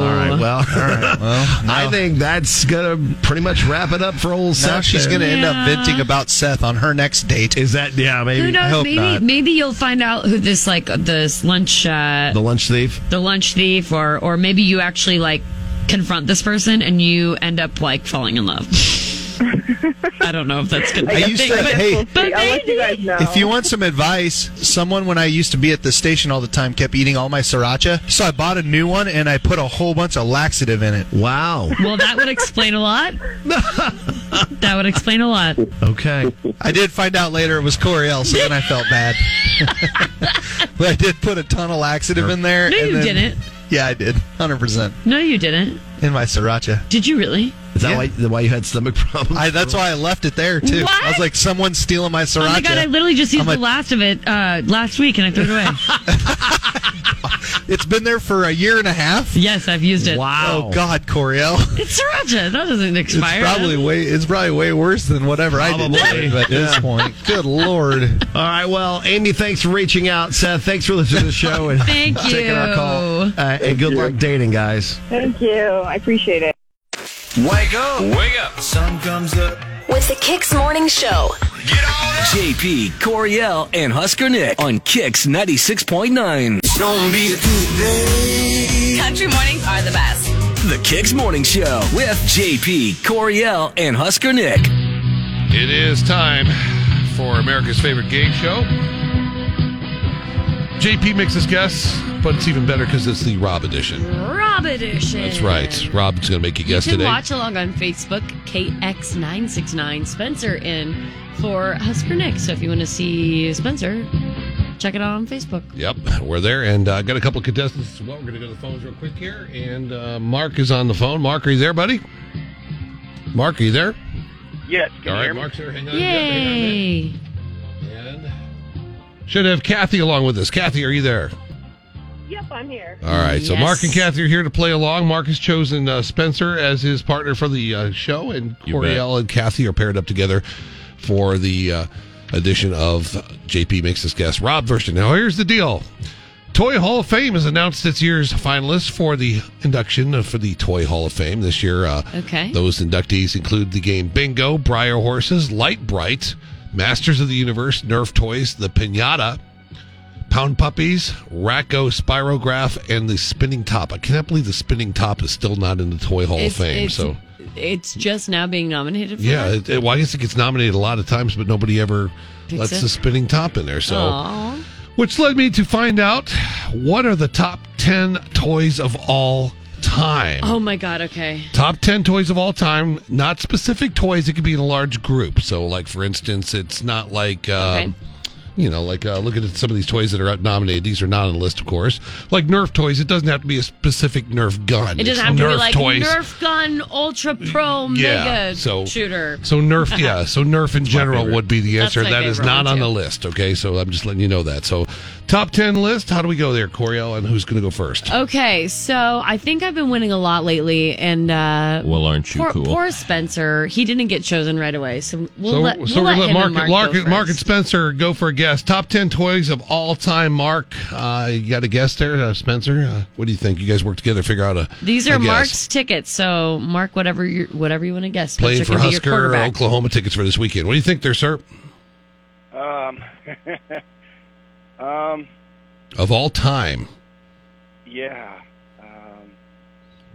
[SPEAKER 14] right. Well, I
[SPEAKER 16] no.
[SPEAKER 14] think that's gonna pretty much wrap it up for old
[SPEAKER 16] Now
[SPEAKER 14] Seth.
[SPEAKER 16] she's
[SPEAKER 14] there.
[SPEAKER 16] going to end up venting about Seth on her next date.
[SPEAKER 14] Is that yeah? Maybe
[SPEAKER 12] Who
[SPEAKER 14] I
[SPEAKER 12] knows?
[SPEAKER 14] hope
[SPEAKER 12] Maybe
[SPEAKER 14] not.
[SPEAKER 12] maybe you'll find out who this like this lunch uh,
[SPEAKER 14] The lunch thief.
[SPEAKER 12] the lunch thief or or maybe you actually like confront this person and you end up like falling in love i don't know if that's gonna be
[SPEAKER 16] I
[SPEAKER 12] a
[SPEAKER 16] used
[SPEAKER 12] thing,
[SPEAKER 16] to-
[SPEAKER 12] but-
[SPEAKER 16] hey,
[SPEAKER 12] but
[SPEAKER 15] I'll let you guys know.
[SPEAKER 16] If you want some advice, someone when I used to be at the station all the time kept eating all my sriracha, so I bought a new one and I put a whole bunch of laxative in it.
[SPEAKER 14] Wow.
[SPEAKER 12] well that would explain a lot that would explain a lot
[SPEAKER 14] Okay.
[SPEAKER 16] I did find out later it was Coriel, so then I felt bad. but I did put a ton of laxative in there.
[SPEAKER 12] No,
[SPEAKER 16] and
[SPEAKER 12] you
[SPEAKER 16] then-
[SPEAKER 12] didn't.
[SPEAKER 16] Yeah, I did. 100%.
[SPEAKER 12] No, you didn't.
[SPEAKER 16] In my sriracha.
[SPEAKER 12] Did you really?
[SPEAKER 14] Is that why, why you had stomach problems?
[SPEAKER 16] I, that's why I left it there, too.
[SPEAKER 12] What?
[SPEAKER 16] I was like, someone's stealing my sriracha.
[SPEAKER 17] Oh my god! I literally just used
[SPEAKER 16] I'm
[SPEAKER 17] the
[SPEAKER 16] like,
[SPEAKER 17] last of it uh, last week, and I threw it away.
[SPEAKER 16] It's been there for a year and a half.
[SPEAKER 17] Yes, I've used it.
[SPEAKER 16] Wow. Oh God, Coriel.
[SPEAKER 17] it's sriracha. That doesn't expire.
[SPEAKER 16] It's probably way. It's probably way worse than whatever I
[SPEAKER 14] Probably.
[SPEAKER 16] did. But at this
[SPEAKER 14] Yeah.
[SPEAKER 16] point, good lord.
[SPEAKER 14] All right. Well, Amy, thanks for reaching out. Seth, thanks for listening to the show and
[SPEAKER 15] Thank
[SPEAKER 14] taking our call.
[SPEAKER 15] you.
[SPEAKER 14] Uh, and good luck dating, guys.
[SPEAKER 15] Thank you. I appreciate it.
[SPEAKER 2] Wake up! Wake up! Sun comes up.
[SPEAKER 4] With the Kicks Morning Show.
[SPEAKER 2] JP, Coriel, and Husker Nick on Kicks 96.9. Don't be
[SPEAKER 4] Country mornings are the best.
[SPEAKER 2] The Kicks Morning Show with JP, Coriel, and Husker Nick.
[SPEAKER 11] It is time for America's favorite game show. JP makes his guess, but it's even better because it's the Rob edition.
[SPEAKER 12] Rob edition.
[SPEAKER 11] That's right. Rob's going to make you
[SPEAKER 12] You
[SPEAKER 11] guess
[SPEAKER 12] can
[SPEAKER 11] today.
[SPEAKER 12] watch along on Facebook, KX969 Spencer in for Husker Nick. So if you want to see Spencer, check it out on Facebook.
[SPEAKER 11] Yep, we're there, and uh, got a couple of contestants as well. We're going to go to the phones real quick here, and uh, Mark is on the phone. Mark, are you there, buddy? Mark, are you there?
[SPEAKER 19] Yes.
[SPEAKER 11] All right, Mark's there. Hang on.
[SPEAKER 12] Yay!
[SPEAKER 11] Should have Kathy along with us. Kathy, are you there?
[SPEAKER 15] Yep, I'm here.
[SPEAKER 11] All right, so Mark and Kathy are here to play along. Mark has chosen uh, Spencer as his partner for the uh, show, and
[SPEAKER 5] You bet.
[SPEAKER 11] Coriel and Kathy are paired up together for the uh, edition of JP Makes This Guess Rob version. Now, here's the deal Toy Hall of Fame has announced this year's finalists for the induction for the Toy Hall of Fame this year. Uh,
[SPEAKER 12] Okay.
[SPEAKER 11] Those inductees include the game Bingo, Briar Horses, Light Bright, Masters of the Universe, Nerf Toys, the Pinata. Pound Puppies, Racco Spirograph, and the Spinning Top. I cannot believe the Spinning Top is still not in the Toy Hall of Fame.
[SPEAKER 12] it's,
[SPEAKER 11] so
[SPEAKER 12] it's just now being nominated for
[SPEAKER 11] yeah,
[SPEAKER 12] that?
[SPEAKER 11] it, it- well, I guess it gets nominated a lot of times, but nobody ever
[SPEAKER 12] Picks
[SPEAKER 11] lets
[SPEAKER 12] it.
[SPEAKER 11] the Spinning Top in there. So,
[SPEAKER 12] Aw.
[SPEAKER 11] which led me to find out what are the top ten toys of all time.
[SPEAKER 12] Oh my god, okay.
[SPEAKER 11] Top 10 toys of all time, not specific toys. It could be in a large group. So, like, for instance, it's not like, uh,
[SPEAKER 12] Okay.
[SPEAKER 11] you know, like, uh, look at some of these toys that are nominated. These are not on the list, of course. Like Nerf toys, it doesn't have to be a specific Nerf gun.
[SPEAKER 12] It
[SPEAKER 11] It's
[SPEAKER 12] doesn't have to
[SPEAKER 11] Nerf
[SPEAKER 12] be like
[SPEAKER 11] toys.
[SPEAKER 12] Nerf gun ultra pro
[SPEAKER 11] Yeah,
[SPEAKER 12] mega
[SPEAKER 11] so-
[SPEAKER 12] shooter.
[SPEAKER 11] So Nerf, yeah. So Nerf in general would be the
[SPEAKER 12] That's
[SPEAKER 11] answer.
[SPEAKER 12] my
[SPEAKER 11] That is
[SPEAKER 12] favorite
[SPEAKER 11] not
[SPEAKER 12] one,
[SPEAKER 11] on
[SPEAKER 12] too.
[SPEAKER 11] the list. Okay, so I'm just letting you know that. So, top ten list. How do we go there, Coriel? And who's going to go first?
[SPEAKER 12] Okay, so I think I've been winning a lot lately, and uh,
[SPEAKER 5] Well, aren't you
[SPEAKER 12] poor,
[SPEAKER 5] cool?
[SPEAKER 12] poor Spencer, he didn't get chosen right away, so we'll
[SPEAKER 11] so
[SPEAKER 12] let, we'll
[SPEAKER 11] so
[SPEAKER 12] let,
[SPEAKER 11] we're
[SPEAKER 12] him
[SPEAKER 11] Mark,
[SPEAKER 12] and Mark,
[SPEAKER 11] Mark,
[SPEAKER 12] go first.
[SPEAKER 11] Mark and Spencer go for a guess. Top 10 toys of all time, Mark. Uh, you got a guess there, uh, Spencer? Uh, what do you think? You guys work together, figure out a.
[SPEAKER 12] These
[SPEAKER 11] a
[SPEAKER 12] are
[SPEAKER 11] guess.
[SPEAKER 12] Mark's tickets, so Mark, whatever you whatever you want to guess,
[SPEAKER 11] Playing
[SPEAKER 12] Spencer
[SPEAKER 11] for
[SPEAKER 12] can be your
[SPEAKER 11] Husker or
[SPEAKER 12] quarterback.
[SPEAKER 11] Oklahoma tickets for this weekend. What do you think there, sir?
[SPEAKER 19] Um, um,
[SPEAKER 11] Of all time.
[SPEAKER 19] yeah. um,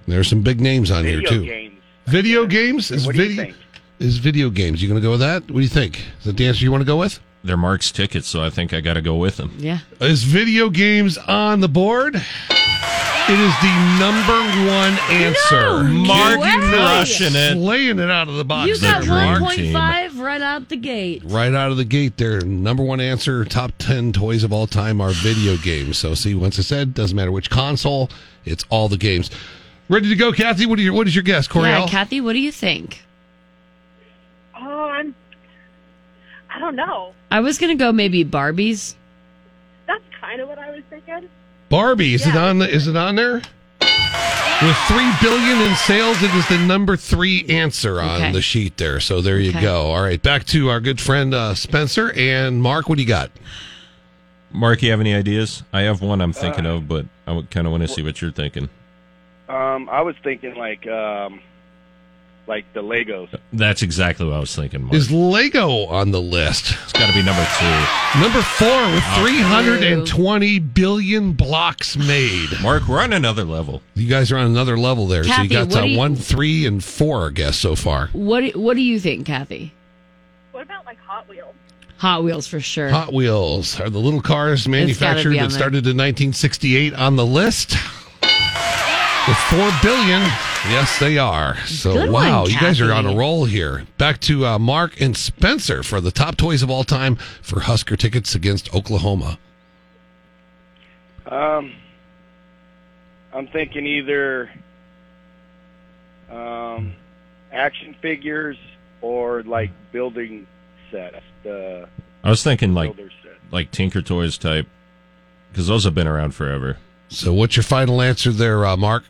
[SPEAKER 11] There's some big names on here,
[SPEAKER 19] Video
[SPEAKER 11] too.
[SPEAKER 19] games.
[SPEAKER 11] Video games? Is
[SPEAKER 19] What do you
[SPEAKER 11] video,
[SPEAKER 19] think?
[SPEAKER 11] Is video games. You going to go with that? What do you think? Is that the answer you want to go with?
[SPEAKER 5] They're Mark's tickets, so I think I got to go with them.
[SPEAKER 12] Yeah.
[SPEAKER 11] Is video games on the board? It is the number one answer.
[SPEAKER 5] No Mark way. crushing it.
[SPEAKER 11] Slaying it out of the box.
[SPEAKER 12] You got
[SPEAKER 11] there, Mark.
[SPEAKER 12] one point five right out the gate.
[SPEAKER 11] Right out of the gate there. Number one answer, top 10 toys of all time are video games. So see, once I said, doesn't matter which console, it's all the games. Ready to go, Kathy? What, are your, what is your guess, Coriel?
[SPEAKER 12] Yeah, Kathy, what do you think?
[SPEAKER 15] Oh, I'm. I don't know.
[SPEAKER 12] I was gonna go maybe Barbies.
[SPEAKER 15] That's kind of what I was thinking.
[SPEAKER 11] Barbie, is it on the, is it on there? With three billion in sales, it is the number three answer on
[SPEAKER 12] Okay.
[SPEAKER 11] the sheet there. So there you
[SPEAKER 12] Okay.
[SPEAKER 11] go. All right, back to our good friend uh, Spencer and Mark. What do you got?
[SPEAKER 5] Mark, you have any ideas? I have one I'm thinking of, but I kind of want to see what you're thinking.
[SPEAKER 19] Um, I was thinking like, um, like the Legos.
[SPEAKER 5] That's exactly what I was thinking, Mark.
[SPEAKER 11] Is Lego on the list?
[SPEAKER 5] It's got to be number two. Oh,
[SPEAKER 11] Number four with
[SPEAKER 5] Wow.
[SPEAKER 11] 320 billion blocks made.
[SPEAKER 5] Mark, we're on another level.
[SPEAKER 11] You guys are on another level there. so
[SPEAKER 12] Kathy,
[SPEAKER 11] you got
[SPEAKER 12] what
[SPEAKER 11] uh,
[SPEAKER 12] do you-
[SPEAKER 11] one, three, and four, I guess, so far.
[SPEAKER 12] What do- What do you think, Kathy?
[SPEAKER 15] What about like Hot Wheels?
[SPEAKER 12] Hot Wheels for sure.
[SPEAKER 11] Hot Wheels are the little cars manufactured
[SPEAKER 12] be
[SPEAKER 11] that
[SPEAKER 12] on there.
[SPEAKER 11] started in 1968 on the list. With four billion, yes, they are. So
[SPEAKER 12] Good one,
[SPEAKER 11] wow, you guys are on
[SPEAKER 12] Kathy.
[SPEAKER 11] a roll here. Back to uh, Mark and Spencer for the top toys of all time for Husker tickets against Oklahoma.
[SPEAKER 19] Um, I'm thinking either um, action figures or like building Uh, sets. The
[SPEAKER 5] I was thinking like
[SPEAKER 19] builder set.
[SPEAKER 5] like Tinker Toys type because those have been around forever.
[SPEAKER 11] So, what's your final answer there, uh, Mark?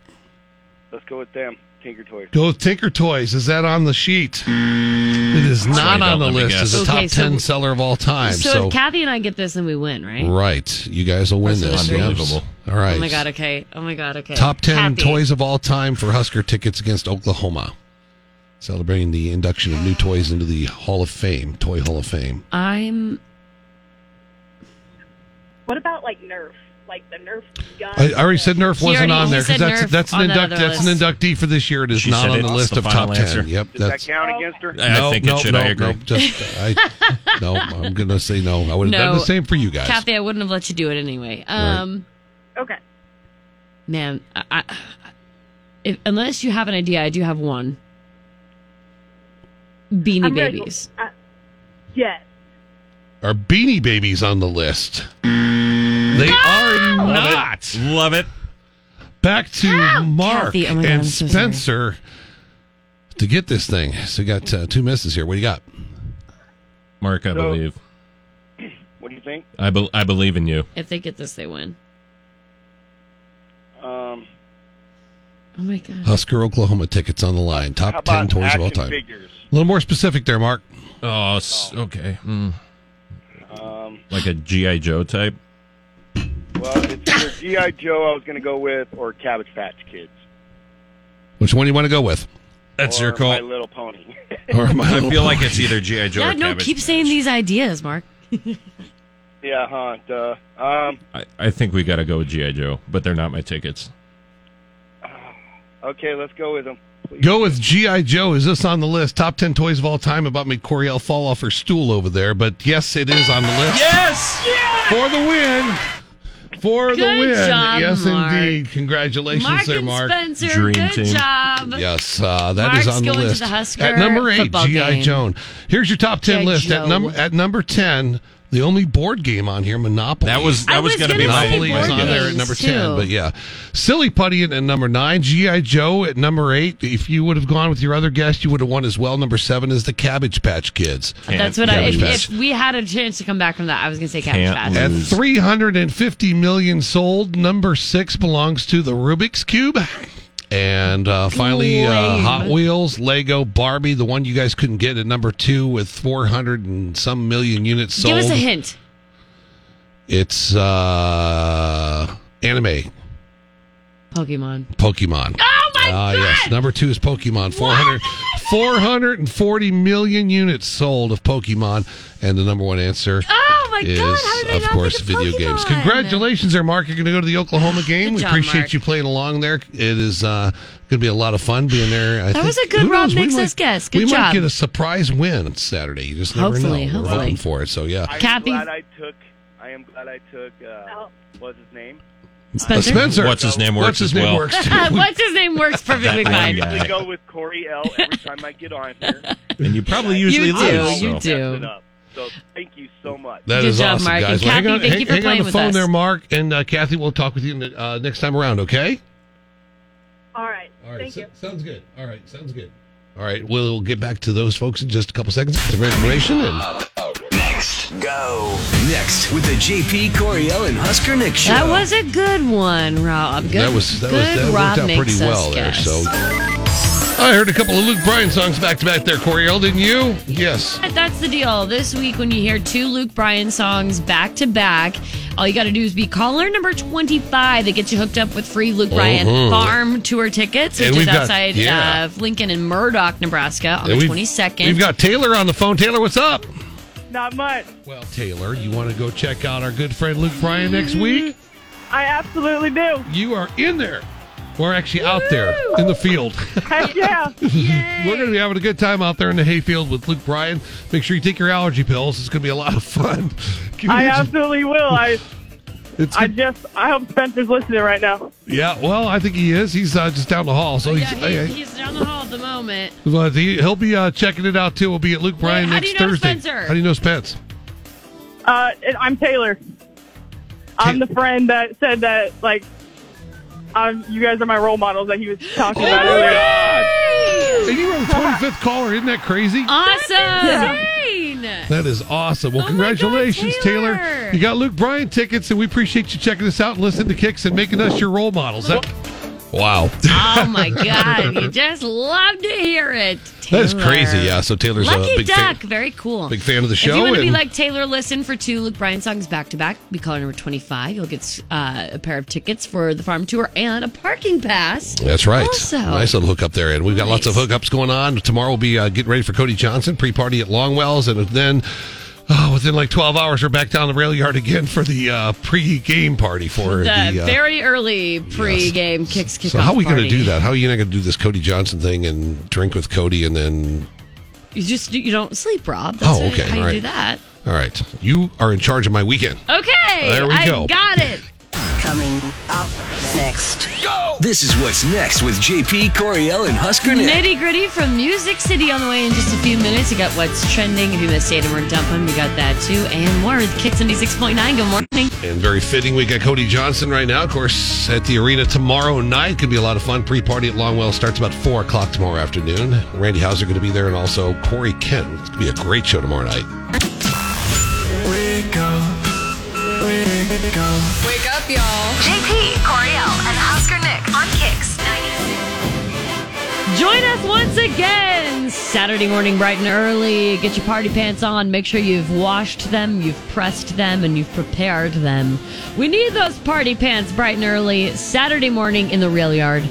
[SPEAKER 19] Let's go with them. Tinker Toys.
[SPEAKER 11] Go with Tinker Toys. Is that on the sheet? It is
[SPEAKER 5] Sorry,
[SPEAKER 11] not
[SPEAKER 5] don't
[SPEAKER 11] on the
[SPEAKER 5] let me
[SPEAKER 11] list
[SPEAKER 5] guess.
[SPEAKER 11] as a top
[SPEAKER 12] Okay, so-
[SPEAKER 11] 10 seller of all time.
[SPEAKER 12] so,
[SPEAKER 11] So,
[SPEAKER 12] if Kathy and I get this, then we win, right?
[SPEAKER 11] right. You guys will win
[SPEAKER 12] That's
[SPEAKER 11] this.
[SPEAKER 5] unbelievable.
[SPEAKER 11] Yes. All right.
[SPEAKER 12] Oh my god. Okay. Oh my god. Okay.
[SPEAKER 11] Top 10
[SPEAKER 12] Happy.
[SPEAKER 11] toys of all time for Husker tickets against Oklahoma. Celebrating the induction of new toys into the Hall of Fame, Toy Hall of Fame.
[SPEAKER 12] I'm.
[SPEAKER 15] What about like Nerf? Like the Nerf gun?
[SPEAKER 11] I, I already said Nerf
[SPEAKER 15] He already-
[SPEAKER 11] wasn't on
[SPEAKER 15] he
[SPEAKER 11] there 'cause
[SPEAKER 15] said
[SPEAKER 11] that's
[SPEAKER 15] Nerf
[SPEAKER 11] that's an
[SPEAKER 15] on that
[SPEAKER 11] induct,
[SPEAKER 15] other
[SPEAKER 11] that's an
[SPEAKER 15] list.
[SPEAKER 11] inductee for this year. It is
[SPEAKER 5] She
[SPEAKER 11] not
[SPEAKER 5] said
[SPEAKER 11] on
[SPEAKER 5] it.
[SPEAKER 11] the
[SPEAKER 5] That's
[SPEAKER 11] list
[SPEAKER 5] the
[SPEAKER 11] of top
[SPEAKER 5] final
[SPEAKER 11] ten.
[SPEAKER 5] answer.
[SPEAKER 11] Yep,
[SPEAKER 5] Does
[SPEAKER 11] that's
[SPEAKER 19] Count against her.
[SPEAKER 5] I think it
[SPEAKER 11] no,
[SPEAKER 5] should,
[SPEAKER 11] No,
[SPEAKER 5] I agree.
[SPEAKER 11] no, just I, no. I'm gonna say no. I would have done
[SPEAKER 12] No.
[SPEAKER 11] the same for you guys.
[SPEAKER 12] Kathy, I wouldn't have let you do it anyway. Um,
[SPEAKER 15] Okay.
[SPEAKER 12] Man, I, I, if, unless you have an idea, I do have one. Beanie
[SPEAKER 15] I'm gonna go-
[SPEAKER 12] Babies.
[SPEAKER 15] uh, yes.
[SPEAKER 11] Are Beanie Babies on the list? They are not.
[SPEAKER 5] Love it.
[SPEAKER 11] Back to Mark
[SPEAKER 12] Kathy, oh my God,
[SPEAKER 11] and
[SPEAKER 12] I'm so sorry.
[SPEAKER 11] Spencer to get this thing. So we got uh, two misses here. What do you got?
[SPEAKER 5] Mark, I believe.
[SPEAKER 19] What do you think?
[SPEAKER 5] I, bel I believe in you.
[SPEAKER 12] If they get this, they win.
[SPEAKER 19] Um,
[SPEAKER 12] Oh my god.
[SPEAKER 11] Husker, Oklahoma tickets on the line.
[SPEAKER 19] How about
[SPEAKER 11] Top ten toys of all
[SPEAKER 19] action
[SPEAKER 11] time.
[SPEAKER 19] figures?
[SPEAKER 11] A little more specific there, Mark.
[SPEAKER 5] Oh, s- okay. Mm.
[SPEAKER 19] um,
[SPEAKER 5] Like a GI Joe type.
[SPEAKER 19] well, it's either GI Joe I was going to go with or Cabbage Patch Kids.
[SPEAKER 11] Which one do you want to go with?
[SPEAKER 5] That's
[SPEAKER 19] or
[SPEAKER 5] your call.
[SPEAKER 19] My Little Pony.
[SPEAKER 11] Or My
[SPEAKER 5] I
[SPEAKER 11] Little
[SPEAKER 5] feel like
[SPEAKER 11] Pony.
[SPEAKER 5] it's either GI Joe
[SPEAKER 12] Yeah,
[SPEAKER 5] or
[SPEAKER 12] no,
[SPEAKER 5] Cabbage.
[SPEAKER 12] keep saying these ideas, Mark.
[SPEAKER 19] yeah, huh? Duh. Um,
[SPEAKER 5] I, I think we got to go with GI Joe, but they're not my tickets.
[SPEAKER 19] okay, let's go with them.
[SPEAKER 11] Go with G.I. Joe. Is this on the list? Top 10 toys of all time about me Coriel fall off her stool over there. But yes, it is on the list.
[SPEAKER 5] Yes!
[SPEAKER 11] For the win. For the
[SPEAKER 12] Good
[SPEAKER 11] win.
[SPEAKER 12] job,
[SPEAKER 11] yes,
[SPEAKER 12] Mark.
[SPEAKER 11] indeed. Congratulations
[SPEAKER 12] Mark
[SPEAKER 11] there,
[SPEAKER 12] and
[SPEAKER 11] Mark.
[SPEAKER 12] Spencer, good job.
[SPEAKER 11] Yes, uh, that is
[SPEAKER 12] Mark's
[SPEAKER 11] on the
[SPEAKER 12] going to
[SPEAKER 11] list.
[SPEAKER 12] the Husker
[SPEAKER 11] at number eight,
[SPEAKER 12] football
[SPEAKER 11] G.I.
[SPEAKER 12] game.
[SPEAKER 11] Joe. Here's your top 10
[SPEAKER 12] G.I.
[SPEAKER 11] list. At,
[SPEAKER 12] Joe.
[SPEAKER 11] num- at number 10, the only board game on here, Monopoly. That
[SPEAKER 5] was- that I was was gonna be gonna my-
[SPEAKER 11] Monopoly
[SPEAKER 5] my
[SPEAKER 11] is on
[SPEAKER 5] guess.
[SPEAKER 11] there at number
[SPEAKER 5] too.
[SPEAKER 11] 10, but yeah. Silly Putty at, at number 9, G.I. Joe at number 8. If you would have gone with your other guest, you would have won as well. Number 7 is the Cabbage Patch Kids.
[SPEAKER 12] That's what I.
[SPEAKER 11] Cabbage
[SPEAKER 12] If,
[SPEAKER 11] Patch.
[SPEAKER 12] if we had a chance to come back from that, I was going to say Cabbage Patch.
[SPEAKER 11] At 350 million sold, number six belongs to the Rubik's Cube. And uh, finally, uh,
[SPEAKER 12] Lame.
[SPEAKER 11] Hot Wheels, Lego, Barbie, the one you guys couldn't get at number two with 400 and some million units sold.
[SPEAKER 12] Give us a hint.
[SPEAKER 11] It's uh, anime,
[SPEAKER 12] Pokemon.
[SPEAKER 11] Pokemon.
[SPEAKER 12] Oh my
[SPEAKER 11] Ah, yes. Number two is Pokemon. 400, 440 million units sold of Pokemon. And the number one answer
[SPEAKER 12] Oh my
[SPEAKER 11] is,
[SPEAKER 12] god! How did I
[SPEAKER 11] of
[SPEAKER 12] not
[SPEAKER 11] course,
[SPEAKER 12] think of
[SPEAKER 11] video games.
[SPEAKER 12] Pokemon?
[SPEAKER 11] Congratulations there, Mark. You're going to go to the Oklahoma game.
[SPEAKER 12] Good
[SPEAKER 11] we
[SPEAKER 12] job,
[SPEAKER 11] appreciate
[SPEAKER 12] Mark.
[SPEAKER 11] you playing along there. It is uh, going to be a lot of fun being there. I
[SPEAKER 12] That
[SPEAKER 11] think-
[SPEAKER 12] was a good
[SPEAKER 11] who
[SPEAKER 12] Rob
[SPEAKER 11] knows? We
[SPEAKER 12] Nix's
[SPEAKER 11] might-
[SPEAKER 12] guess. Good
[SPEAKER 11] we might
[SPEAKER 12] job.
[SPEAKER 11] get a surprise win on Saturday. You just never
[SPEAKER 12] Hopefully,
[SPEAKER 11] know. We're
[SPEAKER 12] hopefully.
[SPEAKER 11] hoping for it. So, yeah.
[SPEAKER 19] I am
[SPEAKER 12] Kathy-
[SPEAKER 19] glad I took. I am glad I took. Uh, what's his name?
[SPEAKER 12] Spencer?
[SPEAKER 11] Spencer.
[SPEAKER 5] What's his name works
[SPEAKER 11] What's his
[SPEAKER 5] as
[SPEAKER 11] name
[SPEAKER 5] well.
[SPEAKER 11] works too.
[SPEAKER 12] What's his name works perfectly
[SPEAKER 5] That
[SPEAKER 12] fine.
[SPEAKER 5] one
[SPEAKER 19] I
[SPEAKER 5] guy.
[SPEAKER 19] go with Corey L every time I get on here.
[SPEAKER 5] And you probably
[SPEAKER 19] You
[SPEAKER 5] usually
[SPEAKER 12] do,
[SPEAKER 5] lose.
[SPEAKER 12] you
[SPEAKER 5] so.
[SPEAKER 12] do.
[SPEAKER 19] Mess it up. So thank you so much.
[SPEAKER 11] That is
[SPEAKER 12] Good job,
[SPEAKER 11] awesome,
[SPEAKER 12] Mark. And
[SPEAKER 11] guys. Well,
[SPEAKER 12] Kathy,
[SPEAKER 11] hang on,
[SPEAKER 12] thank
[SPEAKER 11] hang,
[SPEAKER 12] you for
[SPEAKER 11] hang on
[SPEAKER 12] playing
[SPEAKER 11] the
[SPEAKER 12] with
[SPEAKER 11] phone
[SPEAKER 12] us.
[SPEAKER 11] there, Mark, and uh, Kathy. We'll talk with you uh, next time around. Okay.
[SPEAKER 15] All right.
[SPEAKER 11] All right.
[SPEAKER 15] Thank
[SPEAKER 11] so-
[SPEAKER 15] you.
[SPEAKER 11] Sounds good. All right. Sounds good. All right. We'll get back to those folks in just a couple seconds. Some information and
[SPEAKER 2] Next, go. Next with the JP Coriel and Husker Nick show.
[SPEAKER 12] That was a good one, Rob. Good,
[SPEAKER 11] that was that was
[SPEAKER 12] good
[SPEAKER 11] that
[SPEAKER 12] Rob
[SPEAKER 11] worked out
[SPEAKER 12] makes
[SPEAKER 11] pretty
[SPEAKER 12] us
[SPEAKER 11] well there.
[SPEAKER 12] guess.
[SPEAKER 11] So I heard a couple of Luke Bryan songs back to back there, Coriel, didn't you? Yes.
[SPEAKER 12] But That's the deal. This week, when you hear two Luke Bryan songs back to back, all you got to do is be caller number 25 that gets you hooked up with free Luke Bryan
[SPEAKER 11] Mhm.
[SPEAKER 12] farm tour tickets, which
[SPEAKER 11] And
[SPEAKER 12] is
[SPEAKER 11] we've got-
[SPEAKER 12] outside
[SPEAKER 11] yeah.
[SPEAKER 12] of Lincoln and Murdoch, Nebraska on
[SPEAKER 11] And
[SPEAKER 12] the
[SPEAKER 11] we've-
[SPEAKER 12] 22nd.
[SPEAKER 11] We've got Taylor on the phone. Taylor, what's up?
[SPEAKER 15] Not much.
[SPEAKER 11] Well, Taylor, you want to go check out our good friend Luke Bryan next week?
[SPEAKER 15] I absolutely do.
[SPEAKER 11] You are in there. We're actually out there in the field.
[SPEAKER 15] Heck yeah.
[SPEAKER 11] We're going to be having a good time out there in the hayfield with Luke Bryan. Make sure you take your allergy pills. It's going to be a lot of fun. Can you
[SPEAKER 15] I
[SPEAKER 11] imagine?
[SPEAKER 15] absolutely will. I
[SPEAKER 11] It's
[SPEAKER 15] I just I hope Spencer's listening right now.
[SPEAKER 11] yeah, well, I think he is. He's uh, just down the hall, so he's,
[SPEAKER 12] yeah,
[SPEAKER 11] hey,
[SPEAKER 12] he's,
[SPEAKER 11] hey.
[SPEAKER 12] he's down the hall at the moment.
[SPEAKER 11] But he, will be uh, checking it out too. We'll be at Luke Bryan
[SPEAKER 12] how do
[SPEAKER 11] next
[SPEAKER 12] you know
[SPEAKER 11] Thursday.
[SPEAKER 12] Spencer?
[SPEAKER 11] How do you know Spence?
[SPEAKER 15] Uh, and I'm Taylor. I'm the friend that said that like
[SPEAKER 20] Um, you guys are my role models that he was talking about
[SPEAKER 11] Oh my
[SPEAKER 20] earlier.
[SPEAKER 11] And you were the 25th caller. Isn't that crazy?
[SPEAKER 12] Awesome.
[SPEAKER 11] Yeah. That is awesome. Well, congratulations, Taylor.
[SPEAKER 12] Oh Taylor.
[SPEAKER 11] You got Luke Bryan tickets, and we appreciate you checking us out, and listening to Kicks, and making us your role models. That- wow.
[SPEAKER 12] Oh my God! you just love to hear it.
[SPEAKER 11] That is
[SPEAKER 12] Taylor.
[SPEAKER 11] crazy. Yeah. So Taylor's
[SPEAKER 12] Lucky
[SPEAKER 11] a big fan.
[SPEAKER 12] Duck, very cool.
[SPEAKER 11] big fan of the
[SPEAKER 12] If
[SPEAKER 11] show
[SPEAKER 12] you want to be
[SPEAKER 11] and-
[SPEAKER 12] like Taylor, listen for two Luke Bryan songs back to back. Be caller number twenty-five. You'll get uh, a pair of tickets for the farm tour and a parking pass.
[SPEAKER 11] That's right.
[SPEAKER 12] Also,
[SPEAKER 11] Nice little hookup there. And we've got lots of hookups going on. Tomorrow we'll be uh, getting ready for Cody Johnson, pre party at Longwell's. And then oh, within like 12 hours, we're back down the rail yard again for the uh, pre game party for
[SPEAKER 12] the,
[SPEAKER 11] the. uh,
[SPEAKER 12] very early pre-game kicks kickoff.
[SPEAKER 11] so, how are we going to
[SPEAKER 12] party.
[SPEAKER 11] do that? How are you not going to do this Cody Johnson thing and drink with Cody and then.
[SPEAKER 12] You just you don't sleep, Rob. That's
[SPEAKER 11] Oh, okay,
[SPEAKER 12] How you
[SPEAKER 11] all right.
[SPEAKER 12] do that?
[SPEAKER 11] All right. You are in charge of my weekend.
[SPEAKER 12] Okay.
[SPEAKER 11] There we
[SPEAKER 12] I
[SPEAKER 11] go.
[SPEAKER 12] Got it.
[SPEAKER 2] Coming up next. Go! This is what's next with JP Coriel and Husker Nick.
[SPEAKER 12] Nitty gritty from Music City on the way in just a few minutes. You got what's trending. If you missed Datum or Dumpin', we got that too. And more with Kicks 96.9. Good morning.
[SPEAKER 11] And very fitting, we got Cody Johnson right now, of course, at the arena tomorrow night. Could be a lot of fun. Pre party at Longwell starts about 4 o'clock tomorrow afternoon. Randy Hauser going to be there, and also Corey Kent. It's going to be a great show tomorrow night.
[SPEAKER 2] Wake up. Wake up.
[SPEAKER 4] Wake up, y'all. JP, Coriel, and Husker Nick on Kicks.
[SPEAKER 12] Join us once again Saturday morning, bright and early. Get your party pants on. Make sure you've washed them, you've pressed them, and you've prepared them. We need those party pants bright and early Saturday morning in the rail yard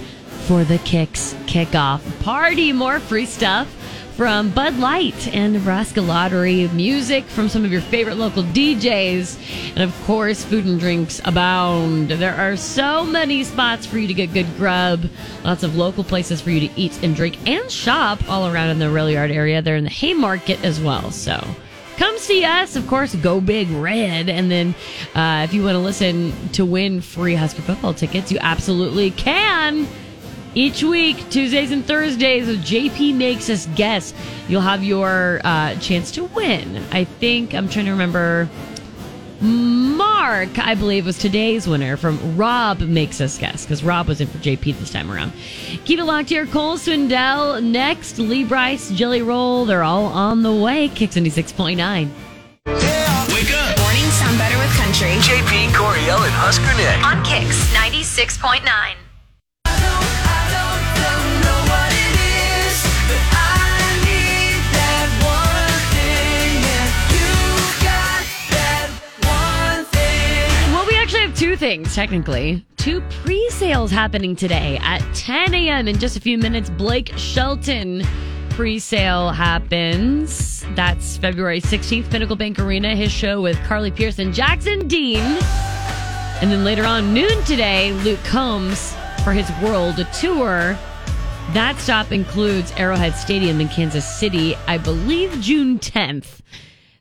[SPEAKER 12] for the kicks kickoff party. More free stuff from Bud Light and Nebraska Lottery, music from some of your favorite local DJs, and of course, food and drinks abound. There are so many spots for you to get good grub, lots of local places for you to eat and drink and shop all around in the rail yard area. They're in the Haymarket as well, so. Come see us, of course. Go big red, and then uh, if you want to listen to win free Husker football tickets, you absolutely can. Each week, Tuesdays and Thursdays, JP makes us guess. You'll have your uh, chance to win. I think I'm trying to remember. Mark, I believe, was today's winner from Rob Makes Us Guess, because Rob was in for JP this time around. Keep it locked here. Cole Swindell next. Lee Bryce, Jelly Roll, they're all on the way. Kicks 96.9.
[SPEAKER 2] Wake up.
[SPEAKER 4] Mornings sound better with country.
[SPEAKER 2] JP Coriel and Husker Nick.
[SPEAKER 4] On Kicks 96.9.
[SPEAKER 12] Well, we actually have two things, technically. Two pre sales happening today at 10 a.m. in just a few minutes. Blake Shelton pre sale happens. That's February 16th, Pinnacle Bank Arena, his show with Carly Pierce and Jackson Dean. And then later on, noon today, Luke Combs for his world tour. That stop includes Arrowhead Stadium in Kansas City, I believe June 10th.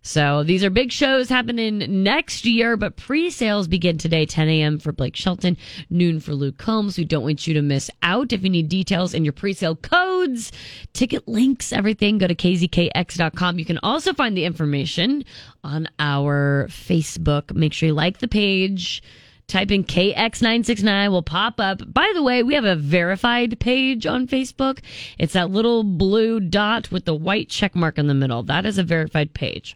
[SPEAKER 12] So these are big shows happening next year, but pre-sales begin today, 10 a.m. for Blake Shelton, noon for Luke Combs. We don't want you to miss out. If you need details and your pre-sale codes, ticket links, everything, go to kzkx.com. You can also find the information on our Facebook. Make sure you like the page. Type in KX969 will pop up. By the way, we have a verified page on Facebook. It's that little blue dot with the white check mark in the middle. That is a verified page.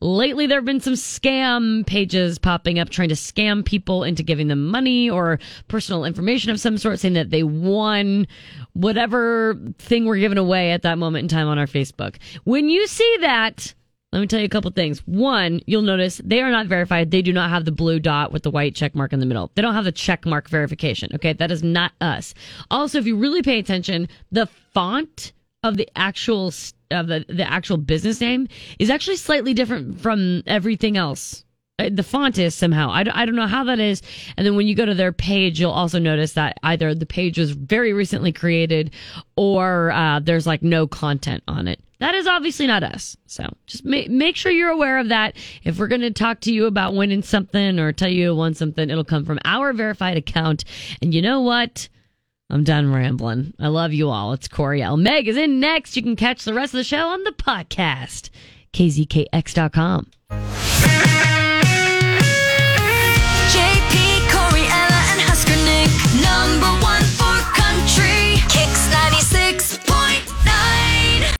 [SPEAKER 12] Lately, there have been some scam pages popping up trying to scam people into giving them money or personal information of some sort, saying that they won whatever thing we're giving away at that moment in time on our Facebook. When you see that, let me tell you a couple things. One, you'll notice they are not verified. They do not have the blue dot with the white check mark in the middle. They don't have the check mark verification. Okay. That is not us. Also, if you really pay attention, the font of the actual s- of the, the actual business name is actually slightly different from everything else. Uh, The font is somehow. I don't, I don't know how that is. And then when you go to their page, you'll also notice that either the page was very recently created or uh, there's like no content on it. That is obviously not us. So just ma- make sure you're aware of that. If we're going to talk to you about winning something or tell you you won something, it'll come from our verified account. And you know what? I'm done rambling. I love you all. It's Corey L. Meg is in next. You can catch the rest of the show on the podcast, kzkx.com.